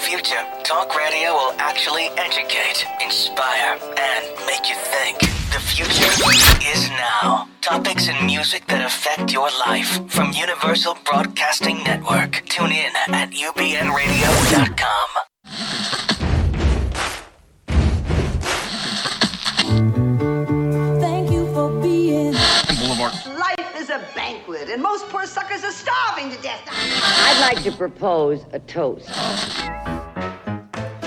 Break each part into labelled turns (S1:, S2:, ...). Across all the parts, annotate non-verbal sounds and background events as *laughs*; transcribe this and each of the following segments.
S1: future, talk radio will actually educate, inspire, and make you think. The future is now. Topics and music that affect your life from Universal Broadcasting Network. Tune in at ubnradio.com.
S2: Thank you for being.
S3: Boulevard.
S4: Life is a banquet, and most poor suckers are starving to death.
S5: I'd like to propose a toast.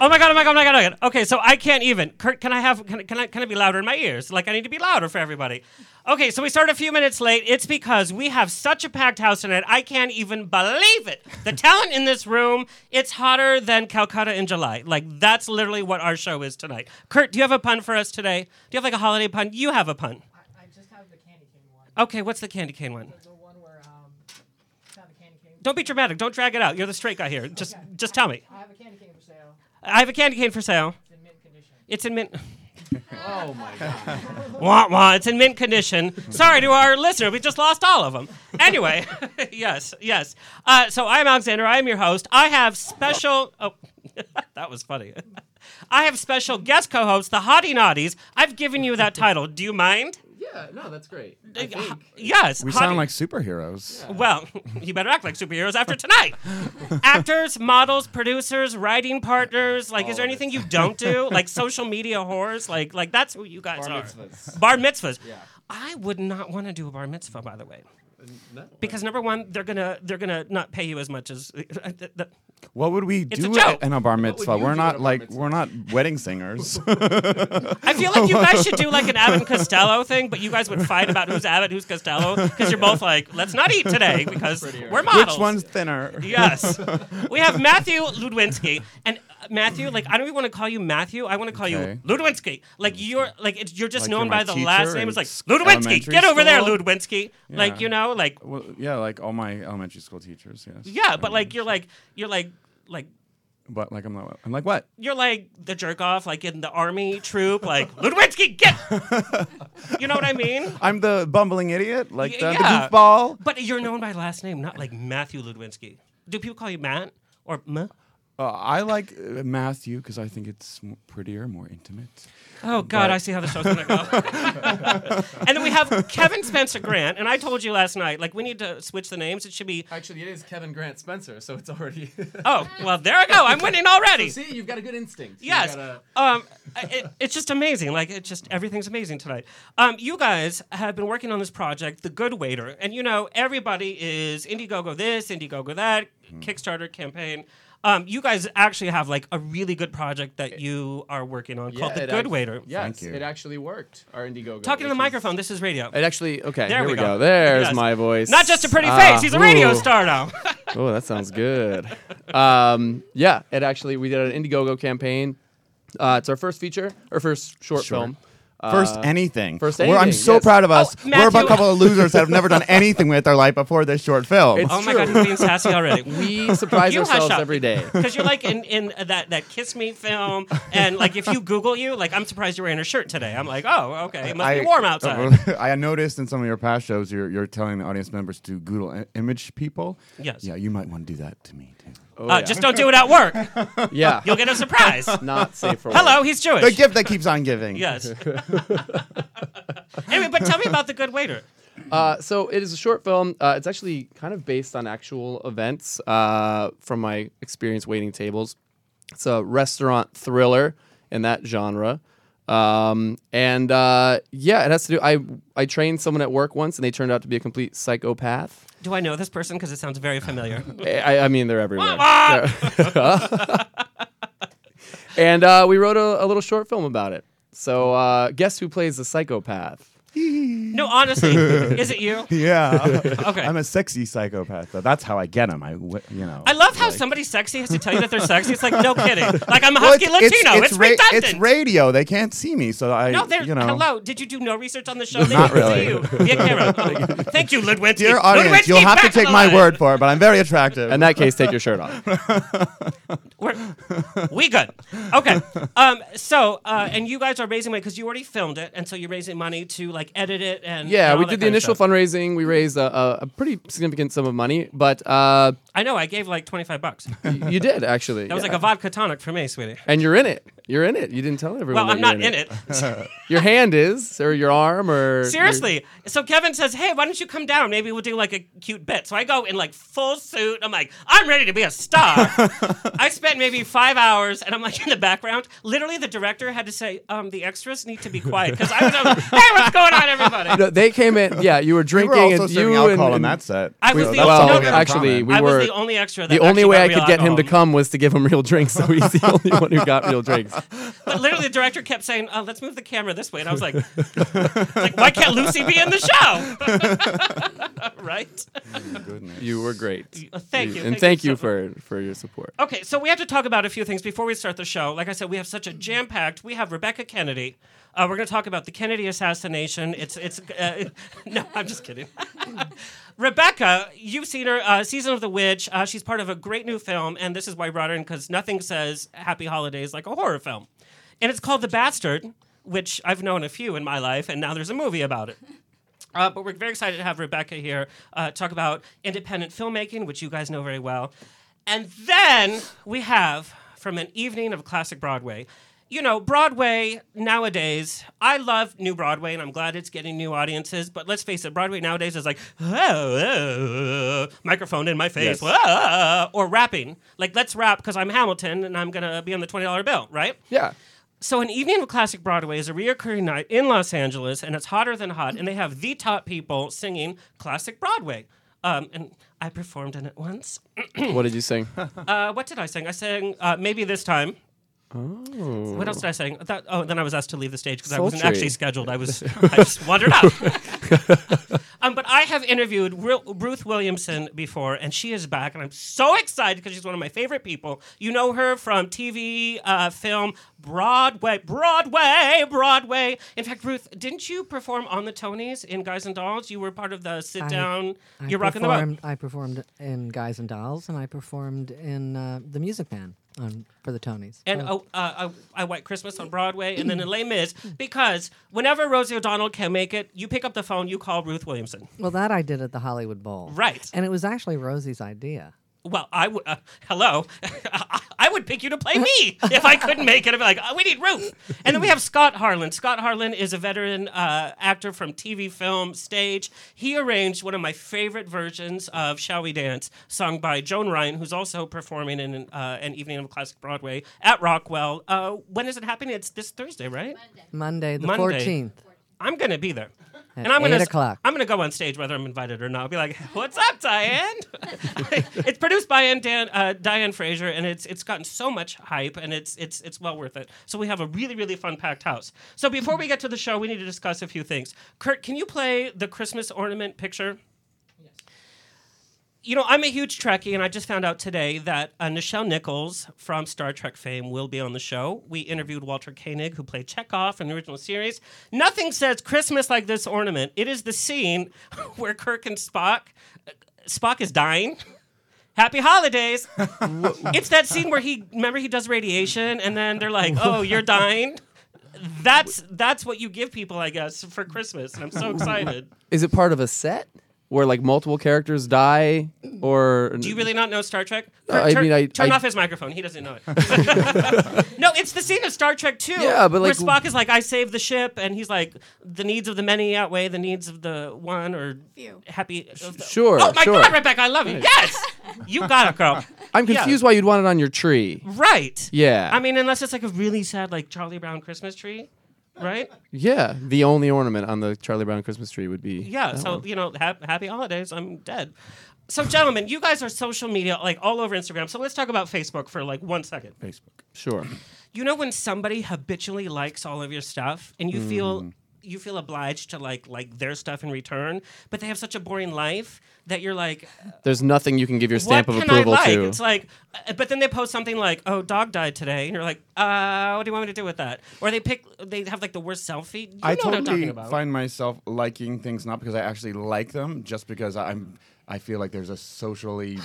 S6: Oh my god! Oh my god! Oh my god! Oh my god! Okay, so I can't even. Kurt, can I have? Can, can I? Can I be louder in my ears? Like I need to be louder for everybody. Okay, so we start a few minutes late. It's because we have such a packed house tonight. I can't even believe it. The talent in this room. It's hotter than Calcutta in July. Like that's literally what our show is tonight. Kurt, do you have a pun for us today? Do you have like a holiday pun? You have a pun.
S7: I just have the candy cane one.
S6: Okay, what's the candy cane one?
S7: The one where um, it's not the candy cane.
S6: Don't be dramatic. Don't drag it out. You're the straight guy here. Just, just tell me.
S7: I have a candy cane for sale.
S6: I have a candy cane for sale.
S7: It's in mint condition.
S6: It's in mint.
S7: Oh my god.
S6: *laughs* Wah wah, it's in mint condition. Sorry to our listener, we just lost all of them. Anyway, *laughs* yes, yes. Uh, so I'm Alexander, I'm your host. I have special. Oh, *laughs* that was funny. I have special guest co hosts, the Hottie Naughties. I've given you that title. Do you mind?
S8: Yeah, no, that's great. I think.
S6: Yes.
S3: We
S6: Hottie-
S3: sound like superheroes.
S6: well, *laughs* you better act like superheroes
S3: *laughs*
S6: after tonight. Actors, models, producers, writing partners. Like, is there anything you don't
S8: *laughs*
S6: do? Like social media whores. Like, like that's who you guys
S8: Bar
S6: are.
S8: mitzvahs.
S6: Bar mitzvahs.
S8: Yeah.
S6: I would not want to do a bar mitzvah, by the way,
S8: No,
S6: because number one, they're gonna they're gonna not pay you as much as. *laughs*
S3: What would we
S6: It's a
S3: do
S6: joke.
S3: in a bar
S8: would
S3: mitzvah? We're
S8: you do at a
S3: not
S8: bar
S3: like
S8: mitzvah?
S3: we're not wedding
S6: *laughs*
S3: singers.
S6: I feel like you guys should do like an Abbott and Costello thing, but you guys would fight about who's Abbott, who's Costello, because you're both like, let's not eat today because we're models.
S3: Which one's thinner?
S6: Yes. we have Matthew Ludwinski. And uh, Matthew, like I don't even want to call you Matthew. I want to call
S3: Okay.
S6: you Ludwinski. Like you're like it's, you're just
S3: Like
S6: known
S3: you're my
S6: by the
S3: teacher
S6: last name.
S3: in
S6: It's like
S3: s-
S6: Ludwinski.
S3: elementary
S6: Get over there,
S3: school?
S6: Ludwinski. Like
S3: Yeah.
S6: you know, like
S3: Well, yeah, like all my elementary school teachers. Yes.
S6: yeah, but
S3: Um,
S6: like you're like you're like like
S3: But like I'm like I'm like what?
S6: you're like the jerk off like in the army troop
S3: *laughs*
S6: like Ludwinski get. you know what I mean?
S3: I'm the bumbling idiot, like
S6: Y-
S3: the, the
S6: yeah.
S3: goofball.
S6: But you're known by last name, not like Matthew Ludwinski. Do people call you Matt or M?
S3: Uh, I like uh, Matthew because I think it's m- prettier, more intimate.
S6: Oh God, I see how the show's gonna go. and then we have Kevin Spencer Grant, and I told you last night, like we need to switch the names. It should be
S8: Actually, it is Kevin Grant Spencer, so it's already. *laughs* Oh,
S6: oh well, there I go. I'm winning already.
S8: See, you've got a good instinct. You've
S6: Yes,
S8: got a-
S6: um, I- it, it's just amazing. Like it's just everything's amazing tonight. Um, you guys have been working on this project, The Good Waiter, and you know everybody is Indiegogo this, Indiegogo that,
S8: Hmm.
S6: Kickstarter campaign. Um, you guys actually have like a really good project that you are working on called
S8: Eh. Yeah,
S6: The
S8: it
S6: Good
S8: act-
S6: Waiter.
S8: Yes,
S3: Thank you.
S8: it actually worked. Our Indiegogo.
S6: Talking to the
S8: which is-
S6: microphone. This is radio.
S8: It actually okay.
S6: There
S8: here
S6: we
S8: we
S6: go.
S8: go. There's
S6: Yes.
S8: my voice.
S6: Not just a pretty
S8: Ah,
S6: face. He's a radio
S8: ooh.
S6: star now.
S8: oh, that sounds good. *laughs* um, yeah, it actually we did an Indiegogo campaign. Uh, it's our first feature or first short
S3: Sure.
S8: film.
S3: First
S8: Uh,
S3: anything.
S8: first
S3: We're- I'm
S8: anything,
S3: so
S8: yes.
S3: proud of us.
S6: Oh,
S3: We're about a
S6: Matthew.
S3: couple of losers that have never done anything with their life before this short film.
S8: *laughs* It's-
S6: oh my God, he's being
S8: *laughs*
S6: sassy already.
S8: we surprise
S6: *laughs* You hush
S8: ourselves
S6: up.
S8: every day.
S6: Because you're like in, in that, that Kiss Me film, and like if you Google you, like I'm surprised you're wearing a shirt today. I'm like, oh, okay, it must be warm outside.
S2: *laughs*
S3: I noticed in some of your past shows, you're, you're telling the audience members to Google i- image people.
S6: Yes.
S3: Yeah, you might want to do that to me too.
S8: Oh,
S6: Uh,
S8: yeah.
S6: Just don't do it at work.
S8: yeah.
S6: You'll get a surprise.
S8: not safe for
S6: Hello,
S8: work.
S6: he's
S3: The
S6: Jewish.
S3: gift that keeps on giving.
S6: yes. anyway, but tell me about the good waiter.
S8: Uh, so it is a short film. Uh, it's actually kind of based on actual events uh, from my experience waiting tables. It's a restaurant thriller in that genre. Um, and uh, yeah, it has to do. I I trained someone at work once, and they turned out to be a complete psychopath. Eh,
S6: Do I know this person? Because it sounds very familiar.
S8: I, I mean, they're everywhere.
S6: Wah,
S8: *laughs* and uh, we wrote a, a little short film about it. So uh, guess who plays the psychopath?
S6: No, honestly, is it you?
S2: *laughs* Yeah.
S6: Okay.
S2: I'm a sexy psychopath. Though. That's how I get them. I, w- you know.
S6: I love how somebody sexy has to tell you that they're sexy. It's like no kidding. Like I'm a husky
S2: Well,
S6: Latino. It's,
S2: ra-
S6: redundant.
S2: it's radio. They can't see me, so I,
S6: no, they're
S2: you know.
S6: hello. Did you do no research on the show? They
S2: Not
S6: didn't
S2: really.
S6: See you. Be a Karen.
S2: *laughs*
S6: Oh, Thank you, Ludwig.
S2: Dear audience, you'll have to take my word for it, but I'm very attractive.
S8: In that case, take your shirt off.
S6: We're, we good. Okay. Um. So, uh, and you guys are raising money because you already filmed it, and so you're raising money to like edit it and
S8: Yeah,
S6: and
S8: we
S6: all that
S8: did the
S6: kind of
S8: initial
S6: stuff.
S8: fundraising. We raised a, a, a pretty significant sum of money, but uh,
S6: I know. I gave like 25 bucks. That
S8: y- you did actually.
S6: was
S8: yeah.
S6: like a vodka tonic for me, sweetie.
S8: And you're in it. You're in it. You didn't tell
S6: Well,
S8: everyone. that
S6: I'm
S8: you're
S6: not in it.
S8: Your hand is, or your arm, or your-
S6: Seriously. So Kevin says, "Hey, why don't you come down? Maybe we'll do like a cute bit." So I go in like full suit. I'm like, "I'm ready to be a star." I spent maybe five hours, and I'm like in the background. Literally, the director had to say, um, "The extras need to be quiet," because I was like, "Hey, what's going on, everybody?"
S8: No, they came in. Yeah, you were
S2: you were
S8: drinking,
S2: also
S8: and
S2: serving
S8: you
S2: alcohol
S8: and,
S2: on
S8: and
S2: that set.
S6: I was
S2: So
S6: the
S2: that's
S6: only-
S2: all
S6: no,
S2: we
S8: well,
S6: no,
S2: have in
S8: actually,
S2: common.
S8: we
S6: I
S8: were
S6: was the only extra. That
S8: the only
S6: actually
S8: way
S6: got
S8: I
S6: real
S8: could get him to
S6: alcohol.
S8: come was to give him real drinks. So he's the *laughs* only one who got
S6: *laughs*
S8: real drinks.
S6: But literally, the director kept saying, uh, "Let's move the camera this way," and I
S8: *laughs*
S6: was like, it's like "Why can't Lucy be in the show?" *laughs* right?
S8: You were great.
S6: Uh, Thank you,
S8: and
S6: thank
S8: thank
S6: you
S8: you
S6: so
S8: for for your support.
S6: Okay, so we have to talk about a few things before we start the show. Like I said, we have such a jam packed. We have Rebecca Kennedy. Uh, we're going to talk about the Kennedy assassination. It's it's uh, *laughs* no, I'm just kidding. *laughs* Rebecca, you've seen her uh, season of the witch. Uh, she's part of a great new film, and this is why I brought her in because nothing says Happy Holidays like a horror film, and it's called The Bastard, which I've known a few in my life, and now there's a movie about it. Uh, but we're very excited to have Rebecca here uh, talk about independent filmmaking, which you guys know very well. And then we have from an evening of classic Broadway. You know, Broadway nowadays, I love new Broadway and I'm glad it's getting new audiences, but let's face it, Broadway nowadays is like, "Oh, oh, oh," microphone in my
S2: Yes.
S6: face, "Whoa," or rapping. Like, let's rap because I'm Hamilton and I'm going to be on the $20 bill, right?
S8: Yeah.
S6: So an evening of classic Broadway is a reoccurring night in Los Angeles, and it's hotter than hot, and they have the top people singing classic Broadway. Um, and I performed in it once.
S8: What did you sing?
S2: *laughs*
S6: Uh, what did I sing? I sang uh, maybe this time. What else did I sing? That, oh, then I was asked to leave the stage because I wasn't
S8: Sultry.
S6: actually scheduled. I was I just wandered out. *laughs* um, but I have interviewed Ru- Ruth Williamson before, and she is back, and I'm so excited because she's one of my favorite people. You know her from TV, uh, film, Broadway, Broadway, Broadway. In fact, Ruth, didn't you perform on the Tonys in Guys and Dolls? You were part of the sit
S9: I-
S6: down.
S9: I
S6: You're rocking the boat.
S9: performed, I performed in Guys and Dolls, and I performed in uh, The Music Man on, for the Tonys.
S6: and
S9: Uh,
S6: oh, uh, I, I White Christmas on Broadway, and then in Les Mis, because whenever Rosie O'Donnell can make it, you pick up the phone, you call Ruth Williamson.
S9: well, that I did at the Hollywood Bowl.
S6: Right.
S9: And it was actually Rosie's idea.
S6: Well, I would. Uh, hello, *laughs* I I would pick you to play me if I couldn't make it. I'd be like, oh, we need Ruth. And then we have Scott Harlan. Scott Harlan is a veteran uh, actor from TV, film, stage. He arranged one of my favorite versions of "Shall We Dance," sung by Joan Ryan, who's also performing in uh, an evening of classic Broadway at Rockwell. Uh, when is it happening? It's this Thursday, right?
S9: Monday the
S6: Monday.
S9: 14th.
S6: I'm gonna be there.
S9: At
S6: and I'm gonna
S9: 8 o'clock.
S6: I'm gonna go on stage whether I'm invited or not. I'll be like, "What's up, Diane?" *laughs* it's produced by Ann Dan, uh, Diane Fraser, and it's it's gotten so much hype, and it's it's it's well worth it. So we have a really really fun packed house. So before we get to the show, we need to discuss a few things. Kurt, can you play the Christmas ornament picture? you know, I'm a huge Trekkie, and I just found out today that uh, Nichelle Nichols from Star Trek fame will be on the show. We interviewed Walter Koenig, who played Chekhov in the original series. Nothing says Christmas like this ornament. It is the scene *laughs* where Kirk and Spock, uh, Spock is dying. *laughs* Happy holidays. it's that scene where he remember he does radiation, and then they're like, "Oh, you're dying." That's that's what you give people, I guess, for Christmas, and I'm so excited.
S8: Is it part of a set where like multiple characters die, or
S6: Do you really not know Star Trek?
S8: Uh, I
S6: turn,
S8: mean, I-
S6: turn
S8: I-
S6: off his microphone. He doesn't know
S8: *laughs*
S6: it. no, it's the scene of Star Trek 2
S8: Yeah, but,
S6: where
S8: like-
S6: Spock is like, I saved the ship, and he's like, the needs of the many outweigh the needs of the one, or happy. of the-
S8: sure,
S6: Oh my
S8: sure.
S6: God, Rebecca, I love you. Yes! You got it,
S8: *laughs*
S6: girl.
S8: I'm confused why you'd want it on your tree.
S6: Right.
S8: Yeah.
S6: I mean, unless it's like a really sad, like Charlie Brown Christmas tree, right?
S8: Yeah, the only ornament on the Charlie Brown Christmas tree would be
S6: Yeah.
S8: that
S6: So
S8: one.
S6: you know, hap- happy holidays. I'm dead. So, gentlemen, you guys are social media like all over Instagram. So let's talk about Facebook for like one second.
S8: sure. Hmm.
S6: You know when somebody habitually likes all of your stuff and you feel you feel obliged to like like their stuff in return, but they have such a boring life that you're like,
S8: There's nothing you can give your stamp
S6: what
S8: of
S6: can
S8: approval
S6: I like?
S8: to.
S6: It's like, uh, but then they post something like, "Oh, dog died today," and you're like, "Uh, what do you want me to do with that?" Or they pick, they have like the worst selfie. You
S10: I
S6: know what I'm talking
S10: totally
S6: about.
S10: find myself liking things not because I actually like them, just because I'm. I feel like there's a socially.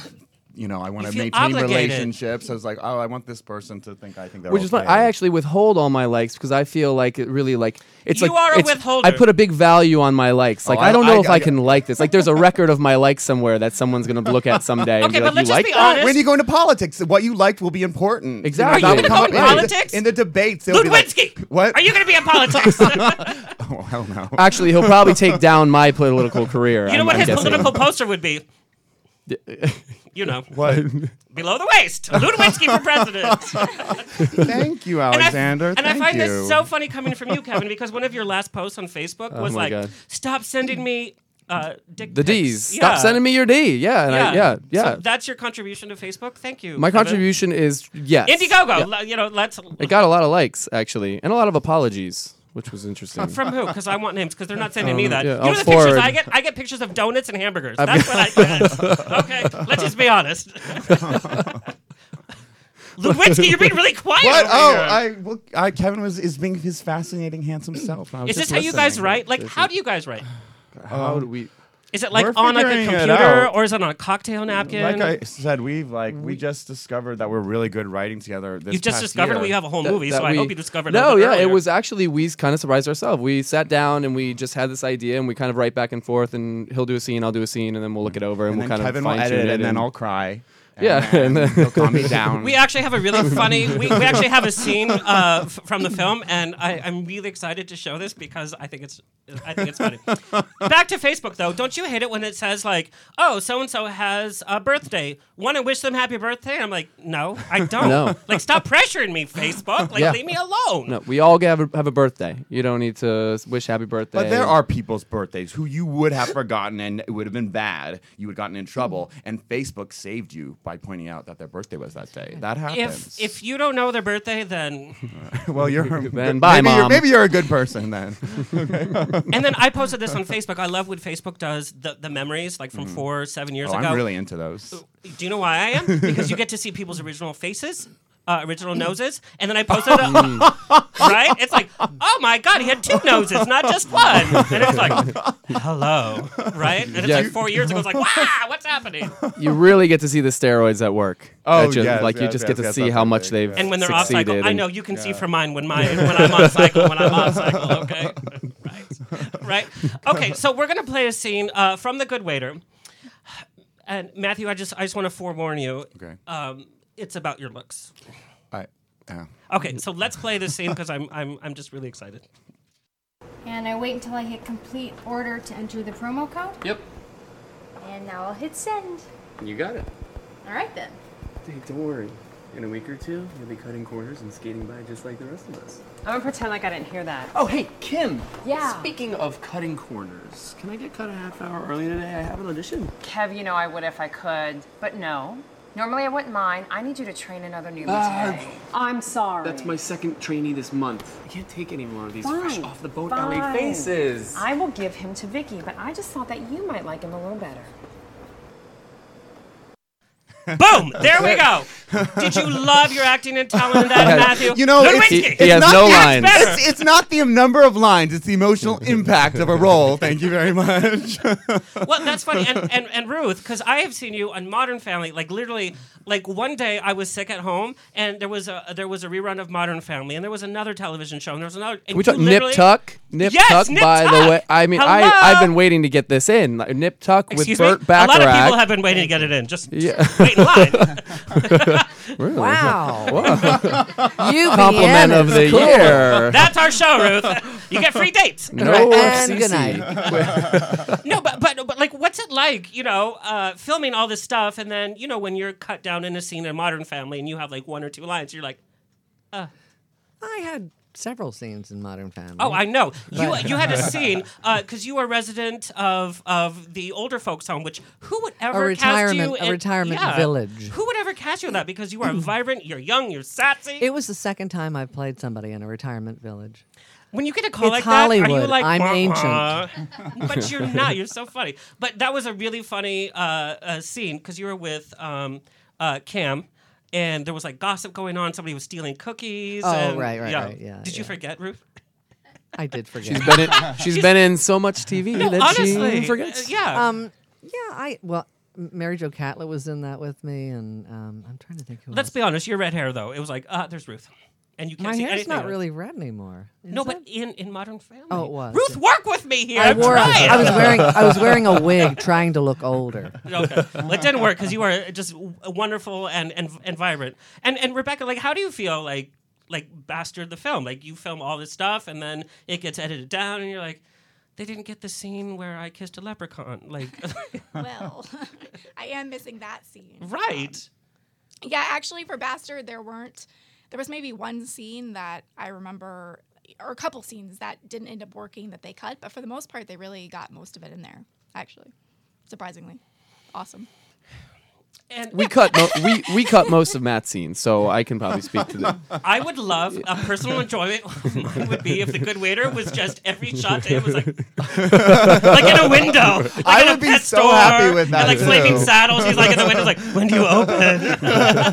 S10: You know, I want
S6: You
S10: to
S6: feel
S10: maintain
S6: obligated.
S10: relationships. So it's like, oh, I want this person to think I think they're
S8: which is fine.
S10: okay.
S8: I actually withhold all my likes because I feel like it really like it's
S6: You
S8: like
S6: are a
S8: it's-
S6: withholder.
S8: I put a big value on my likes. Like
S10: Oh,
S8: I
S10: I-
S8: don't know
S10: I-
S8: if I,
S10: I-
S8: can like this. Like there's a record of my likes somewhere that someone's gonna look at someday and
S6: Okay,
S8: be
S6: but
S8: like,
S6: let's
S8: "You
S6: just
S8: like
S6: be
S8: that?"
S6: honest.
S10: When you go into politics, what you liked will be important.
S8: Exactly.
S10: that
S8: Are you
S10: will
S8: gonna
S10: come
S8: go into
S10: up in the-
S6: politics?
S10: in the debates? they'll be like-
S6: Ludwinski,
S10: what?
S6: are you going to be in politics? you know
S10: *laughs* Oh, hell no.
S8: Actually, he'll probably take down my political career. I'm-
S6: what
S8: I'm
S6: his
S8: guessing.
S6: political poster would
S10: *laughs*
S6: be? You know,
S10: *laughs* What?
S6: below the waist, Ludwinski for president.
S10: *laughs* Thank you, Alexander.
S6: And I, and I
S10: Thank
S6: find
S10: you.
S6: this so funny coming from you, Kevin, because one of your last posts on
S8: *laughs*
S6: Facebook was
S8: Oh my
S6: like,
S8: God.
S6: "Stop sending me uh, dick
S8: The
S6: pics."
S8: D's.
S6: Yeah.
S8: Stop sending me your D. Yeah, and I, yeah,
S6: So
S8: yeah.
S6: that's your contribution to Facebook. Thank you.
S8: my
S6: Kevin.
S8: contribution is yes.
S6: Indiegogo.
S8: Yeah.
S6: le- You know, let's
S8: It got a lot of likes actually, and a lot of apologies, which was
S6: *laughs*
S8: interesting.
S6: Uh, from who? Because I want names. Because they're not sending me that.
S8: Um, yeah,
S6: you
S8: I'll
S6: know the
S8: forward.
S6: pictures I get. I get pictures of donuts and hamburgers. That's what I get.
S8: *laughs*
S6: okay, let's just be honest. Lewinsky, you're being really quiet.
S10: What?
S6: over
S10: Oh,
S6: here.
S10: I, well, I Kevin was is being his fascinating, handsome self.
S6: Is this how you guys write? Like, how do you guys write?
S8: How do we?
S6: Is it like
S10: We're
S6: on like a
S10: figuring it
S6: computer
S10: out.
S6: or is it on a
S8: Mm,
S6: cocktail napkin?
S10: Like I said, we've like we just discovered that we're really good writing together. This
S6: You've just
S10: past
S6: discovered
S10: year.
S6: we have a whole
S8: that-
S6: movie,
S8: that
S6: so I
S8: we-
S6: hope you discovered. a
S8: No,
S6: little bit
S8: yeah, it
S6: earlier.
S8: was um, actually we kind of surprised ourselves. We sat down and we just had this idea, and we kind of write back and forth, and he'll do a scene, I'll do a scene, and then we'll look it over, and,
S10: And
S8: we'll
S10: then
S8: kind
S10: Kevin
S8: of
S10: will
S8: fine
S10: edit
S8: tune
S10: it,
S8: it,
S10: and then I'll cry.
S8: *laughs* Yeah, and
S10: and
S8: then-
S10: then he'll
S8: *laughs*
S10: calm *laughs* me down.
S6: We actually have a really funny. We, we actually have a scene uh, f- from the film, and I, I'm really excited to show this because I think it's I think it's funny. Back to Facebook though, don't you hate it when it says like, "Oh, so and so has a birthday. Want to wish them happy birthday?" I'm like, "No,
S8: *laughs*
S6: I don't.
S8: No.
S6: Like, stop pressuring me, Facebook. Like,
S8: Yeah.
S6: leave me alone."
S8: No, we all have a, have a birthday. You don't need to s- wish happy birthday.
S10: But there are people's birthdays who you would *laughs* have forgotten and it would have been bad. You would have gotten in trouble, and Facebook saved you by pointing out that their birthday was that day. That happens.
S6: If if you don't know their birthday, then
S10: *laughs* well,
S6: *laughs*
S10: you're
S8: Then bye,
S10: maybe
S8: Mom.
S10: You're, maybe you're a good person then.
S6: and then I posted this on Facebook. I love what Facebook does. The the memories like from four seven years
S10: Oh,
S6: ago.
S10: I'm really into those.
S6: Do you know why I
S10: *laughs*
S6: am? Because you get to see people's original faces, uh,
S10: Mm.
S6: original noses, and
S10: *laughs*
S6: then I posted it. *laughs* right? It's like, oh my god, he had two noses, not just one. And it's
S10: *laughs*
S6: like, hello, right? And it's
S8: Yeah.
S6: like four years ago. It's like, wow, what's happening?
S8: you really get to see the steroids at work.
S10: Oh,
S8: That just,
S10: yes,
S8: like you
S10: yes,
S8: just
S10: yes,
S8: get to
S10: yes,
S8: see
S10: that's
S8: how
S10: a
S8: much
S10: big-
S8: they've
S10: yeah.
S6: And when they're off
S8: succeeded.
S6: cycle, I
S8: and-
S6: know you can see from mine when my when I'm on cycle, when I'm off cycle.
S8: *laughs*
S6: Okay, right, right. Okay, so we're gonna play a scene uh, from The Good Waiter. And Matthew, I just I just want to forewarn you.
S10: Okay.
S6: Um, it's about your looks.
S10: I, yeah.
S6: Okay, so let's play this scene because I'm I'm I'm just really excited.
S11: And I wait until I hit complete order to enter the promo code.
S8: Yep,
S11: And now I'll hit send.
S8: you got it.
S11: All right then.
S8: don't worry. In a week or two, you'll be cutting corners and skating by just like the rest of us.
S9: I'm gonna pretend like I didn't hear that.
S8: Oh, hey, Kim.
S9: Yeah.
S8: Speaking of cutting corners, can I get cut a half hour early today? I have an audition.
S9: Kev, you know I would if I could, but no. Normally I wouldn't mind. I need you to train another newbie
S8: Ah,
S9: today. I'm sorry.
S8: That's my second trainee this month. I can't take any more of these fresh
S9: Fine,
S8: off the boat
S9: fine.
S8: LA faces.
S9: I will give him to Vicky, but I just thought that you might like him a little better.
S6: Boom! There we go. Did you love your acting and talent in
S8: *laughs*
S6: that, Matthew?
S10: You know, it's-
S8: he,
S6: Lewinsky!
S8: he has
S10: not
S8: no
S10: the
S8: lines.
S6: expert.
S10: It's, it's not the number of lines; it's
S3: *laughs*
S10: the emotional impact of a role. Thank you very much.
S6: well, that's funny.
S8: *laughs*
S6: And and, and Ruth, because I have seen you on Modern Family. Like literally, like one day I was sick at home, and there was a there was a rerun of Modern Family, and there was another television show, and there was another. And
S8: we
S6: you
S8: talk Nip
S6: literally-
S8: Tuck. Nip
S6: Yes,
S8: Tuck.
S6: Nip
S8: by the
S6: Tuck.
S8: way, I mean, I
S6: Hello?
S8: I've been waiting to get this in. Like, Nip Tuck
S6: Excuse
S8: with Burt
S6: me.
S8: Bacharach.
S6: A lot of people have been waiting to get it in. Just
S8: Yeah.
S6: wait in
S8: *laughs*
S6: line.
S9: *laughs*
S12: Wow. you
S8: compliment of the year.
S6: That's our show, Ruth. You get free dates.
S8: no
S12: And
S8: FCC.
S12: good night.
S6: No, but, but but like, what's it like? You know, uh, filming all this stuff, and then you know when you're cut down in a scene in Modern Family, and you have like one or two lines, you're like,
S12: I had several scenes in Modern Family.
S9: Mm.
S6: oh, I know. You you had a
S9: *laughs*
S6: scene because you are a resident of of the older folks' home, which who would ever cast you
S12: retirement- a
S6: in,
S12: retirement
S6: yeah.
S12: village.
S6: Who would ever cast you in that? Because
S9: Mm.
S6: you are vibrant, you're young, you're sassy.
S12: It was the second time I've played somebody in a retirement village.
S6: when you get a call
S13: It's
S6: like that, are you
S9: Hollywood.
S6: like
S9: I'm
S6: "Wah-wah"?
S13: ancient.
S6: *laughs* but you're not. You're so funny. But that was a really funny uh, uh, scene because you were with um, uh, Cam, and there was like gossip going on. Somebody was stealing cookies.
S9: Oh,
S6: and-
S9: right, right, right, yeah,
S6: Did you forget, Ruth?
S9: I did forget.
S8: She's been in, she's been in so much TV
S6: No,
S8: that
S6: honestly,
S8: she
S6: uh,
S8: forgets.
S6: yeah.
S9: Um, yeah, I well, M- Mary Jo Catlett was in that with me, and um, I'm trying to think who.
S6: Let's be honest. Your red hair, though, it was like, ah, there's Ruth, and you can't
S9: My
S6: see
S9: hair's
S6: anything.
S9: not
S6: else.
S9: really red anymore.
S6: no, but in in Modern Family.
S9: Oh, it was.
S6: Ruth, work with me here.
S9: I
S6: I'm
S9: wore. a-
S6: trying.
S9: *laughs* I was wearing. I was
S6: *laughs*
S9: wearing a wig, trying to look older.
S6: okay. Well, it didn't work because you are just w- wonderful and, and and vibrant. And and Rebecca, like, how do you feel like like bastard the film? Like you film all this stuff and then it gets edited down, and you're like, they didn't get the scene where I kissed a leprechaun. Like,
S10: *laughs*
S6: *laughs*
S10: well, *laughs* I am missing that scene.
S6: right?
S10: Yeah, actually, for Bastard, there weren't. There was maybe one scene that I remember, or a couple scenes that didn't end up working that they cut, but for the most part, they really got most of it in there. Actually, surprisingly, awesome.
S8: We cut mo- we we cut most of Matt's scenes, so I can probably speak to that.
S6: I would love a personal enjoyment. Mine would be if the good waiter was just every shot to him was like, like in a window, like
S2: I
S6: in a
S2: would be
S6: pet
S2: so
S6: store,
S2: happy with that
S6: And like
S2: too.
S6: flaming saddles, he's like in the window, like when do you
S2: *laughs*
S6: open?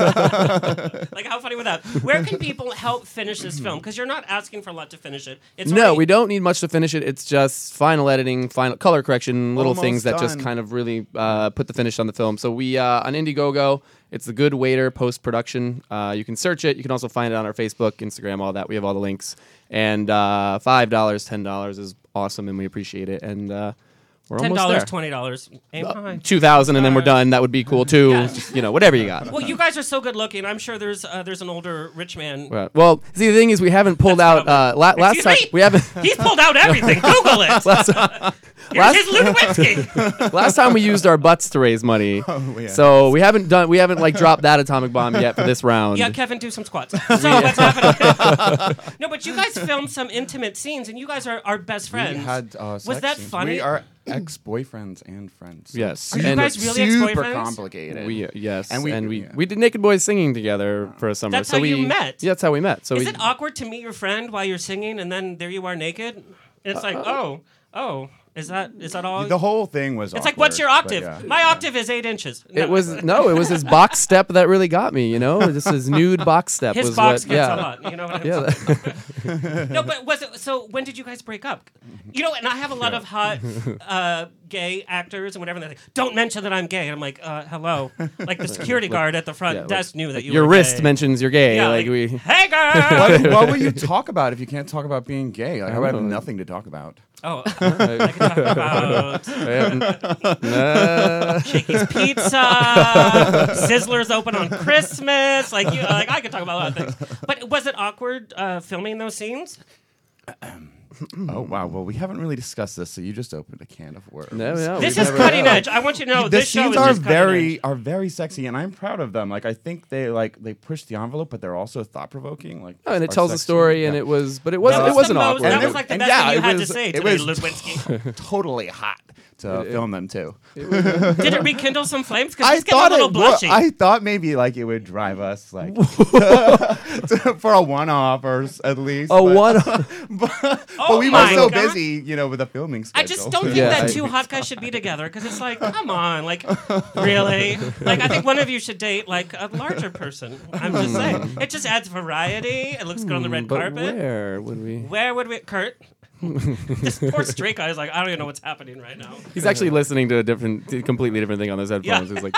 S6: like how funny would that? Where can people help finish this film? Because you're not asking for a lot to finish it. It's
S8: no,
S6: already-
S8: we don't need much to finish it. It's just final editing, final color correction, little
S6: Almost
S8: things that just
S6: done.
S8: kind of really uh, put the finish on the film. So we uh, on Indiegogo, it's the Good Waiter post production. Uh, you can search it. You can also find it on our Facebook, Instagram, all that. We have all the links. And uh, five dollars, ten dollars is awesome, and we appreciate it. And uh, we're
S6: ten
S8: almost
S6: dollars,
S8: there. Uh,
S6: twenty dollars, aim high.
S8: Two thousand, and then we're done. That would be cool too. Just, you know, whatever you got.
S6: Well, you guys are so good looking. I'm sure there's uh, there's an older rich man.
S8: Right. Well, see, the thing is, we haven't pulled out uh, la- last
S6: Excuse
S8: time.
S6: me? *laughs*
S8: We haven't.
S6: He's pulled out
S8: *laughs*
S6: everything. Google it.
S8: last,
S6: Here's his Ludewitzki.
S8: last time we used our butts to
S3: *laughs*
S8: raise money,
S3: Oh,
S6: yeah.
S8: so we haven't done. We haven't like dropped that atomic bomb yet for this round.
S6: Yeah, Kevin, do some
S3: *laughs*
S6: squats. So what's happening? *laughs* no, but you guys filmed some intimate scenes, and you guys are, are best friends.
S3: We had, uh,
S6: Was
S3: sex
S6: that
S3: scenes.
S6: funny?
S3: We are ex boyfriends and friends.
S8: Yes.
S3: Are you
S8: And-
S6: guys really
S3: super
S6: ex-boyfriends?
S3: complicated?
S8: We, yes,
S3: And we,
S8: and we, we did Naked Boys singing together for a summer.
S6: That's
S8: so
S6: how
S8: we,
S6: you met?
S8: Yeah, that's how we met. So
S6: Is
S8: we,
S6: it awkward to meet your friend while you're singing, and then there you are naked? And it's like, oh, oh, is that is that all?
S3: Uh-huh. The whole thing was.
S6: It's like, what's your octave?
S3: awkward, but
S8: *laughs*
S6: My octave is eight inches.
S8: it was no, it was his box step that really got me. You know, this his nude box step
S6: His
S8: was
S6: box
S8: what.
S6: gets a
S8: yeah,
S6: lot. You know what I'm
S8: yeah.
S6: saying?
S8: *laughs*
S6: no, but was it so? When did you guys break up? You know, and I have a lot of hot uh, gay actors and whatever. And they're like, "Don't mention that I'm gay." And I'm like, uh, "Hello." Like the security
S8: Like-
S6: guard at the front
S8: yeah, like-
S6: desk knew that you.
S8: your
S6: were
S8: wrist
S6: gay.
S8: mentions you're gay.
S6: Yeah,
S8: like,
S6: like, *laughs*
S8: we. *laughs*
S6: "Hey,
S3: what, what will you talk about if you can't talk about being gay? Like, I would have
S8: know.
S3: nothing to talk about.
S6: Oh, I
S8: *laughs*
S6: can talk about
S8: Yeah.
S6: Shakey's Pizza, Sizzlers open on Christmas. Like, you, like I could talk about a lot of things. But was it awkward uh, filming those scenes?
S3: Oh wow! Well, we haven't really discussed this, so you just opened a can of worms.
S8: No, no,
S6: This we've is never- cutting edge. I want you to know
S3: the
S6: this show
S3: scenes
S6: is
S3: are
S6: just cutting
S3: very are very sexy, and I'm proud of them. Like I think they like they push the envelope, but they're also thought provoking. Like
S8: Oh, and it
S3: are
S8: tells a
S3: sexy.
S8: story, and
S3: Yeah.
S8: it was, but it wasn't.
S3: That
S8: it
S3: was
S8: wasn't
S3: the most-
S8: awkward.
S3: that was
S6: like the
S3: And
S6: best
S3: yeah,
S6: thing you
S3: it
S6: had to
S3: was-
S6: say
S3: it
S6: today,
S3: was *laughs* *laughs*
S6: Ludwinsky.
S3: totally hot to film them too.
S6: Did it rekindle some flames? Because
S3: I
S6: he's getting a
S3: thought
S6: little
S3: it. wa-
S6: blushy.
S3: I thought maybe like it would drive us
S8: *laughs*
S3: like *laughs* to- for a one-off or s- at least
S8: Oh, A
S3: but-
S8: one-off.
S3: *laughs* but, but
S6: Oh
S3: we were
S6: my
S3: so
S6: God.
S3: busy, you know, with the filming
S6: I
S3: schedule. *laughs*
S6: just don't think that two hot guys should be together because it's like, come on, like, really? Like, I think one of you should date like a larger person. I'm
S3: Hmm.
S6: just saying, it just adds variety. It looks good on the red
S8: but
S6: carpet.
S8: Where would we?
S6: Where would we, Kurt?
S3: *laughs*
S6: this poor straight guy is like, I don't even know what's happening right now.
S8: He's actually listening to a different, to a completely different thing on those
S6: Yeah.
S8: headphones.
S6: *laughs*
S8: He's like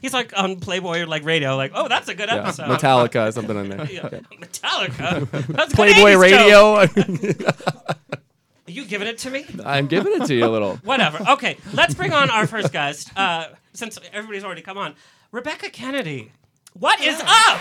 S6: He's like on Playboy like radio, like, oh, that's a good
S8: yeah,
S6: episode.
S8: Metallica or something on there.
S6: Yeah.
S8: Yeah.
S6: Metallica. That's a good
S8: Playboy
S6: 80s
S8: Radio.
S6: joke.
S8: *laughs*
S6: Are you giving it to me?
S8: I'm giving it to you
S6: *laughs*
S8: a little.
S6: Whatever. Okay, let's bring on our first guest. Uh, since everybody's already come on, Rebecca Kennedy. What is up?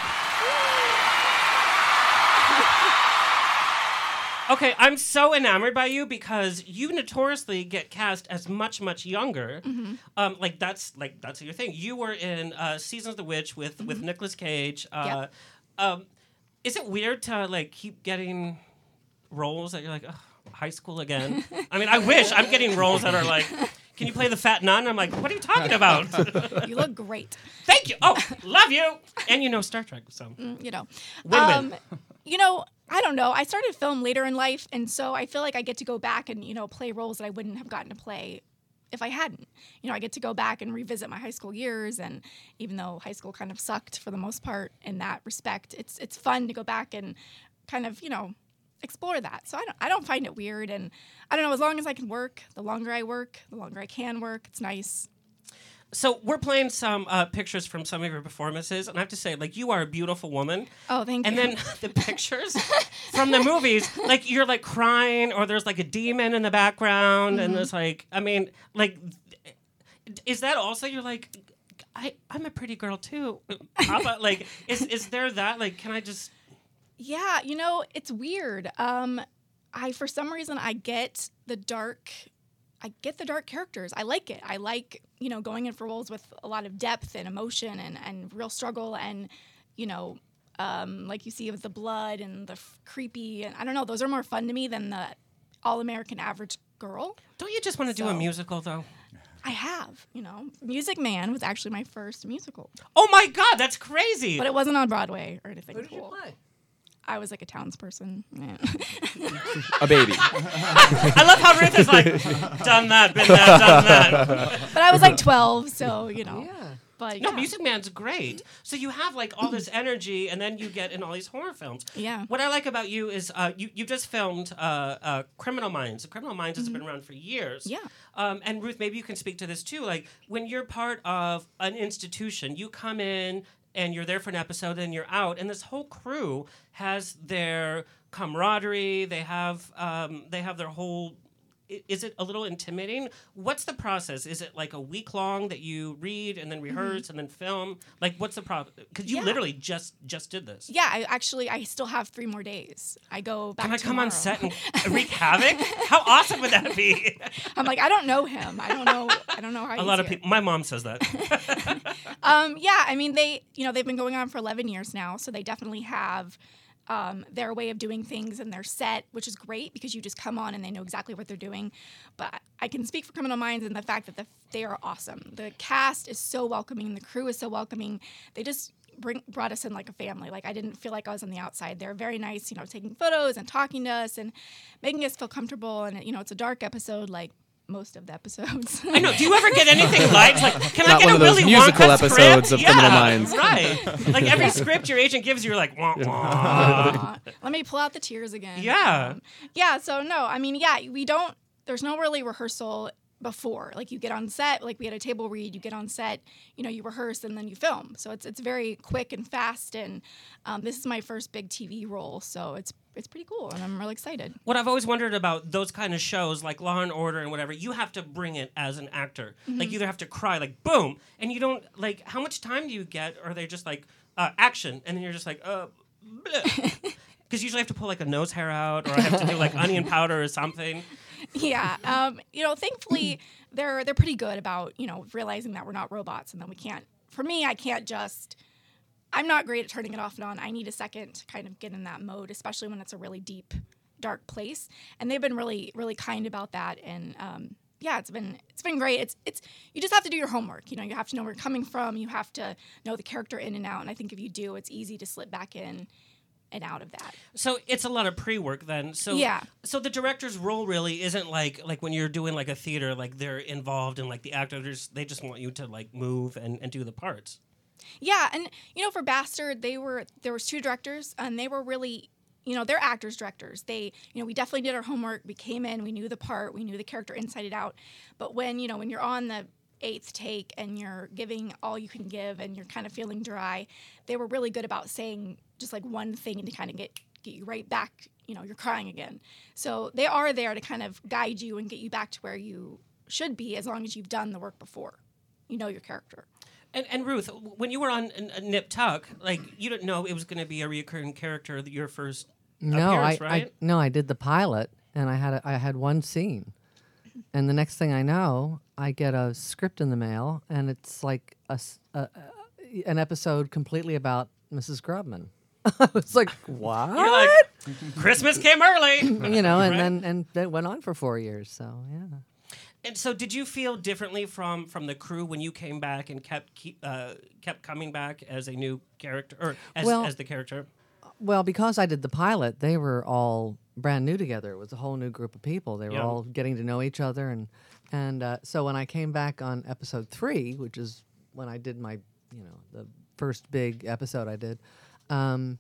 S6: Okay, I'm so enamored by you because you notoriously get cast as much, much younger.
S10: Mhm.
S6: Um, like that's like that's your thing. You were in uh, Seasons of the Witch with with Nicolas Cage. Uh, um, is it weird to like keep getting roles that you're like "Ugh, high school again? I mean, I wish I'm getting roles that are like, can you play the fat nun? I'm like, what are you talking about?
S10: you look great.
S6: Thank you. Oh, love you. And you know Star Trek, so
S10: Mm, you know.
S6: Win-win.
S10: Um, you know, I don't know. I started film later in life, and so I feel like I get to go back and you know play roles that I wouldn't have gotten to play if I hadn't. You know, I get to go back and revisit my high school years, and even though high school kind of sucked for the most part in that respect, it's it's fun to go back and kind of you know explore that. So I don't I don't find it weird, and I don't know. As long as I can work, the longer I work, the longer I can work. It's nice.
S6: So we're playing some uh, pictures from some of your performances, and I have to say, like, you are a beautiful woman.
S10: Oh, thank
S6: and
S10: you. *laughs*
S6: then *laughs* the pictures from the movies, like you're like crying, or there's like a demon in the background, and
S10: Mhm.
S6: there's like, I mean, like, is that also you're like, I I'm a pretty girl too, Papa? like, is is there that like, can I just?
S10: Yeah, you know, it's weird. Um, I for some reason I get the dark I get the dark characters. I like it. I like, you know, going in for roles with a lot of depth and emotion and, and real struggle and, you know, um, like you see with the blood and the f- creepy and I don't know, those are more fun to me than the all American average girl.
S6: Don't you just want to do a
S10: So-
S6: musical though?
S10: I have, you know. Music Man was actually my first musical.
S6: Oh my god, that's crazy!
S10: But it wasn't on Broadway or anything.
S9: Who did you
S10: cool. I was like a townsperson.
S9: *laughs*
S6: *laughs*
S8: A baby.
S6: I love how Ruth is like, done that, been there, done that.
S10: but I
S6: *laughs*
S10: was like 12, so you know. But
S6: No,
S10: *laughs* yeah.
S6: Music Man's great. So you have like all this energy, and then you get in all these horror films.
S10: Yeah.
S6: What I like about you is uh, you you just filmed uh, uh, Criminal Minds. Criminal Minds has been around for years.
S10: Yeah.
S6: Um, and Ruth, maybe you can speak to this too. Like when you're part of an institution, you come in and you're there for an episode, and you're out, and this whole crew has their camaraderie. They have um, they have their whole i- is it a little intimidating? What's the process? Is it like a week long that you read and then rehearse and then film? Like, what's the problem? Because you
S10: Mm-hmm. Yeah.
S6: literally just just did this.
S10: Yeah, I actually I still have three more days. I go back.
S6: Can I come on
S10: tomorrow.
S6: set and
S10: *laughs*
S6: wreak havoc? How awesome would that be?
S10: I'm like, I don't know him. I don't know. I don't know
S6: *laughs* a
S10: how.
S6: lot of people. My mom says that.
S10: Um, yeah, I mean they, you know, they've been going on for 11 years now, so they definitely have um, their way of doing things and their set, which is great because you just come on and they know exactly what they're doing. But I can speak for Criminal Minds and the fact that the, they are awesome. The cast is so welcoming, the crew is so welcoming. They just bring brought us in like a family. Like I didn't feel like I was on the outside. They're very nice, you know, taking photos and talking to us and making us feel comfortable. And you know, it's a dark episode, like most of the episodes.
S6: I know. Do you ever get
S10: *laughs*
S6: anything light? Like, can I
S8: Not
S6: get
S8: one
S6: a
S8: of those
S6: Willy
S8: musical
S6: Wonka
S8: episodes
S6: script?
S8: of
S6: yeah,
S8: Criminal Minds.
S6: Right. Like
S8: *laughs*
S6: every script your agent gives you, you're like, wah, wah.
S10: Aw, let me pull out the tears again. Um,
S6: yeah.
S10: Yeah. So no, I mean, yeah, we don't. There's no really rehearsal before. Like you get on set. Like we had a table read. You get on set. You know, you rehearse and then you film. So it's it's very quick and fast. And um, this is my first big TV role, so it's it's pretty cool, and I'm really excited.
S6: what I've always wondered about those kind of shows like Law and Order and whatever, you have to bring it as an actor. Like you either have to cry like boom, and you don't like how much time do you get? Or they just like uh, action, and then you're just like uh, because usually I have to pull like a nose hair out, or I have to do like onion powder or something.
S10: yeah um, you know thankfully they're they're pretty good about you know realizing that we're not robots and that we can't for me i can't just i'm not great at turning it off and on i need a second to kind of get in that mode especially when it's a really deep dark place and they've been really really kind about that and um, yeah it's been it's been great it's it's you just have to do your homework you know you have to know where you're coming from you have to know the character in and out and i think if you do it's easy to slip back in and out of that
S6: So it's a lot of pre-work then. So
S10: Yeah.
S6: So the director's role really isn't like like when you're doing like a theater, like they're involved and like the actors they just want you to like move and, and do the parts.
S10: Yeah, and you know, for Bastard, they were there was two directors, and they were really, you know, they're actors directors. They, you know, we definitely did our homework. We came in, we knew the part, we knew the character inside and out. But when you know, when you're on the eighth take and you're giving all you can give, and you're kind of feeling dry, they were really good about saying just like one thing to kind of get get you right back. You know, you're crying again. So they are there to kind of guide you and get you back to where you should be, as long as you've done the work before. You know your character.
S6: And, and Ruth, w- when you were on uh, Nip Tuck, like you didn't know it was going to be a recurring character that your first
S9: No, I,
S6: appearance, right?
S9: I no, I did the pilot, and I had a, I had one scene, and the next thing I know, I get a script in the mail, and it's like a, s- a- a- an episode completely about Mrs. Grubman. *laughs* I was
S6: *laughs*
S9: like, what?
S6: You're like, Christmas came early, *laughs*
S9: you know, and
S6: Right?
S9: then and that went on for four years. So yeah.
S6: And so, did you feel differently from from the crew when you came back and kept keep, uh, kept coming back as a new character or as,
S9: Well-
S6: as the character?
S9: Well, because I did the pilot, they were all brand new together. It was a whole new group of people. They were
S6: Yeah.
S9: all getting to know each other, and and uh, so when I came back on episode three, which is when I did my, you know, the first big episode I did, um,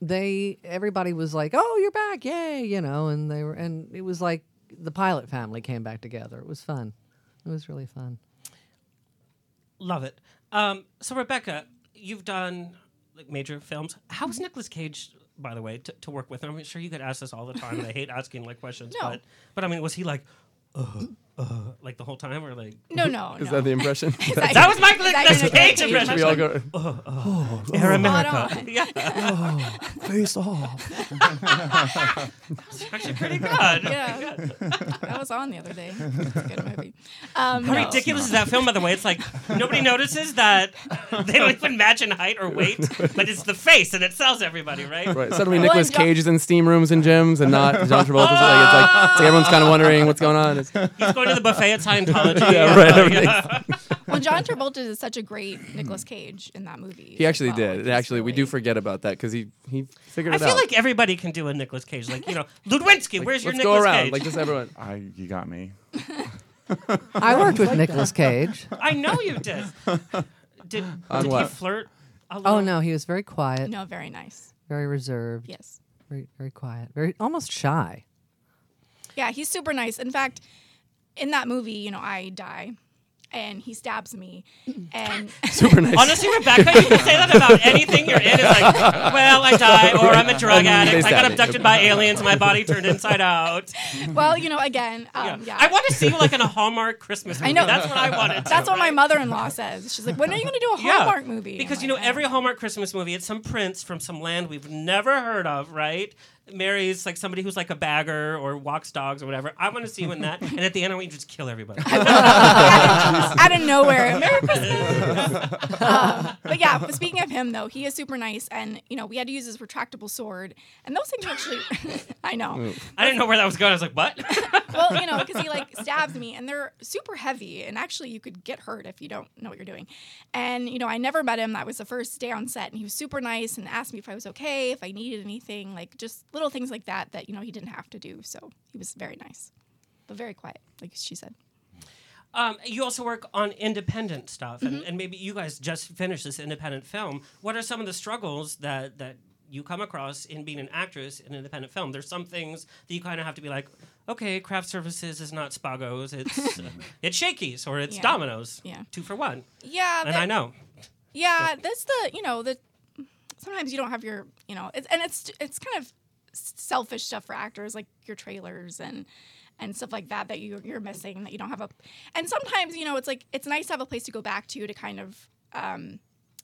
S9: they everybody was like, "Oh, you're back, yay!" You know, and they were, and it was like the pilot family came back together. It was fun. It was really fun.
S6: Love it. Um, so Rebecca, you've done like major films. How's Nicolas Cage, by the way, to, to work with? I'm sure you get asked this all the time. and I hate asking like questions,
S10: No.
S6: but but I mean, was he like, uh, uh, like the whole time, or like?
S10: No, no,
S8: Is that the impression?
S6: that, was my Nicolas Cage
S8: Should
S6: impression.
S8: we all go?
S6: Uh, uh,
S8: Oh,
S6: Air
S8: oh.
S6: America. *laughs*
S8: Spot
S6: Yeah.
S8: on. Oh, face off.
S6: that was actually pretty good.
S10: yeah,
S8: *laughs*
S10: that was on the other day. It's a good movie. Um,
S6: How
S10: no.
S6: ridiculous is that film, by the way? It's like nobody notices that *laughs* they don't even match in height or weight, but it's the face and it sells everybody, right?
S8: Right. Suddenly,
S6: Nicholas
S8: Nicolas Cage is in steam rooms and gyms, and *laughs* not John Travolta's. like, it's like, *laughs* it's like everyone's kind of wondering what's going
S6: *laughs*
S8: on. It's,
S6: He's going to the buffet at Scientology.
S8: yeah, right. everything's-
S10: Well, John Travolta is such a great Nicolas Cage in that movie.
S8: He actually did. And actually, we do forget about that because he he figured
S6: Oh, I
S8: it
S6: feel
S8: out.
S6: like everybody can do a Nicolas Cage. Like, you
S8: *laughs*
S6: know, Ludwensky, where's your
S8: let's go
S6: Nicolas
S8: around,
S6: Cage?
S8: like,
S6: *laughs*
S8: just everyone.
S14: I, you got me.
S9: I worked with Nicolas Cage.
S6: I know you
S8: *laughs*
S6: did. Did, did
S8: On
S6: he
S8: what?
S6: flirt? a
S9: Oh
S6: lot?
S9: no, he was very quiet.
S10: No, very nice.
S9: Very reserved.
S10: Yes.
S9: Very very quiet. Very almost shy.
S10: Yeah, he's super nice. In fact, in that movie, you know, I die, and he stabs me, and
S8: *laughs* super nice.
S6: Honestly, Rebecca, you can say that about anything you're in. It's like, well, I die, or I'm
S8: *laughs*
S6: a drug
S8: They
S6: addict, I
S8: stab
S6: got
S8: me.
S6: abducted by aliens, my body turned inside out.
S10: *laughs* well, you know, again, *laughs* um, yeah.
S6: I want to see you like in a Hallmark Christmas movie.
S10: I know.
S6: That's what I wanted. to,
S10: That's what my
S6: right?
S10: mother-in-law says. She's like, "When are you going to do a Hallmark movie?" And
S6: Because you
S10: I'm
S6: know, every Hallmark Christmas movie, it's some prince from some land we've never heard of, right? Marries like somebody who's like a bagger or walks dogs or whatever. I want to see you in
S10: *laughs*
S6: that. and at the end, I want you to just kill everybody.
S10: out, of, out of nowhere. *laughs* Merry Christmas. Um, but yeah, but speaking of him though, he is super nice, and you know we had to use his retractable sword, and those things actually, *laughs* I know.
S6: I didn't know where that was going. I was like, what? *laughs*
S10: Well, you know, because he like stabs me, and they're super heavy, and actually you could get hurt if you don't know what you're doing. And you know, I never met him. That was the first day on set, and he was super nice and asked me if I was okay, if I needed anything, like just little things like that that you know he didn't have to do. So he was very nice, but very quiet, like she said.
S6: Um, you also work on independent stuff, and,
S10: Mm-hmm.
S6: and maybe you guys just finished this independent film. What are some of the struggles that that you come across in being an actress in an independent film? There's some things that you kind of have to be like, okay, craft services is not Spago's,
S10: *laughs*
S6: it's it's Shakey's or it's
S10: Yeah.
S6: Domino's,
S10: Yeah.
S6: two for one.
S10: Yeah,
S6: and
S10: that-
S6: I know.
S10: Yeah, that's the you know the sometimes you don't have your you know it's, and it's it's kind of selfish stuff for actors like your trailers and and stuff like that that you you're missing that you don't have a and sometimes you know it's like it's nice to have a place to go back to to kind of um,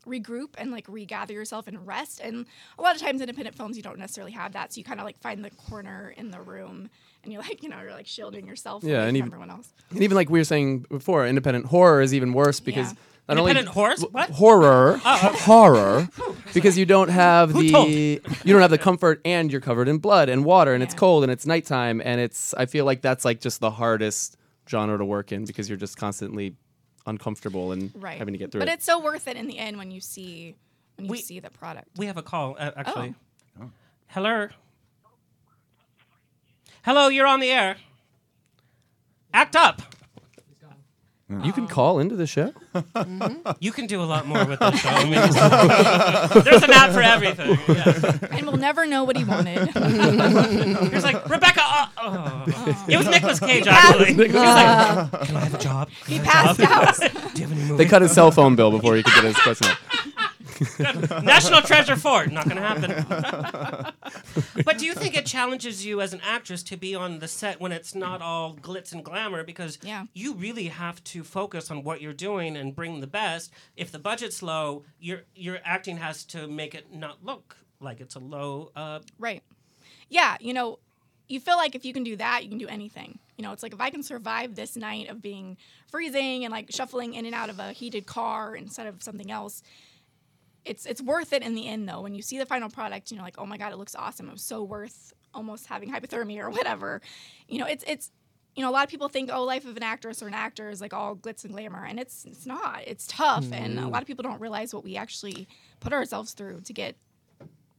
S10: regroup and like regather yourself and rest and a lot of times independent films you don't necessarily have that so you kind of like find the corner in the room and you're *laughs* like you know you're like shielding yourself
S8: Yeah,
S10: away
S8: and
S10: from
S8: even-
S10: everyone else
S8: And even like we were saying before, independent horror is even worse because not only
S6: Independent horrors? What?
S8: horror,
S6: Oh, okay.
S8: horror, because you don't have
S6: Who
S8: the
S6: told?
S8: you don't have the comfort, and you're covered in blood and water, and it's cold, and it's nighttime, and it's. I feel like that's like just the hardest genre to work in because you're just constantly uncomfortable and
S10: right
S8: having to get through
S10: but
S8: it.
S10: it's so worth it in the end when you see when you
S6: We-
S10: see the product
S6: We have a call uh, actually. Hello. Oh. Hello, you're on the air. Act up.
S8: you
S6: Oh.
S8: can call into the show.
S6: You can do a lot more with that show. I mean, *laughs* there's an app for everything. yeah.
S10: and we'll never know what he wanted.
S6: He was like, Rebecca. Uh, *laughs* oh. It was Nicolas Cage,
S10: He passed-
S6: actually. He was like, Can I have a job? Can
S10: He
S6: I have a
S10: passed
S6: job?" Do you have any
S8: They
S6: movies?
S8: cut his cell phone bill before he could get his question. out.
S6: National Treasure 4. Not going to happen. *laughs* but do you think it challenges you as an actress to be on the set when it's not all glitz and glamour? Because you really have to focus on what you're doing and bring the best. If the budget's low, your your acting has to make it not look like it's a low. Uh,
S10: right. Yeah, you know, you feel like if you can do that, you can do anything. You know, it's like if I can survive this night of being freezing and like shuffling in and out of a heated car instead of something else, it's it's worth it in the end though. When you see the final product, you know, like, oh my God, it looks awesome. It was so worth almost having hypothermia or whatever. You know, it's it's you know, a lot of people think, oh, life of an actress or an actor is like all glitz and glamour, and it's it's not. It's tough, and a
S6: Mm.
S10: lot of people don't realize what we actually put ourselves through to get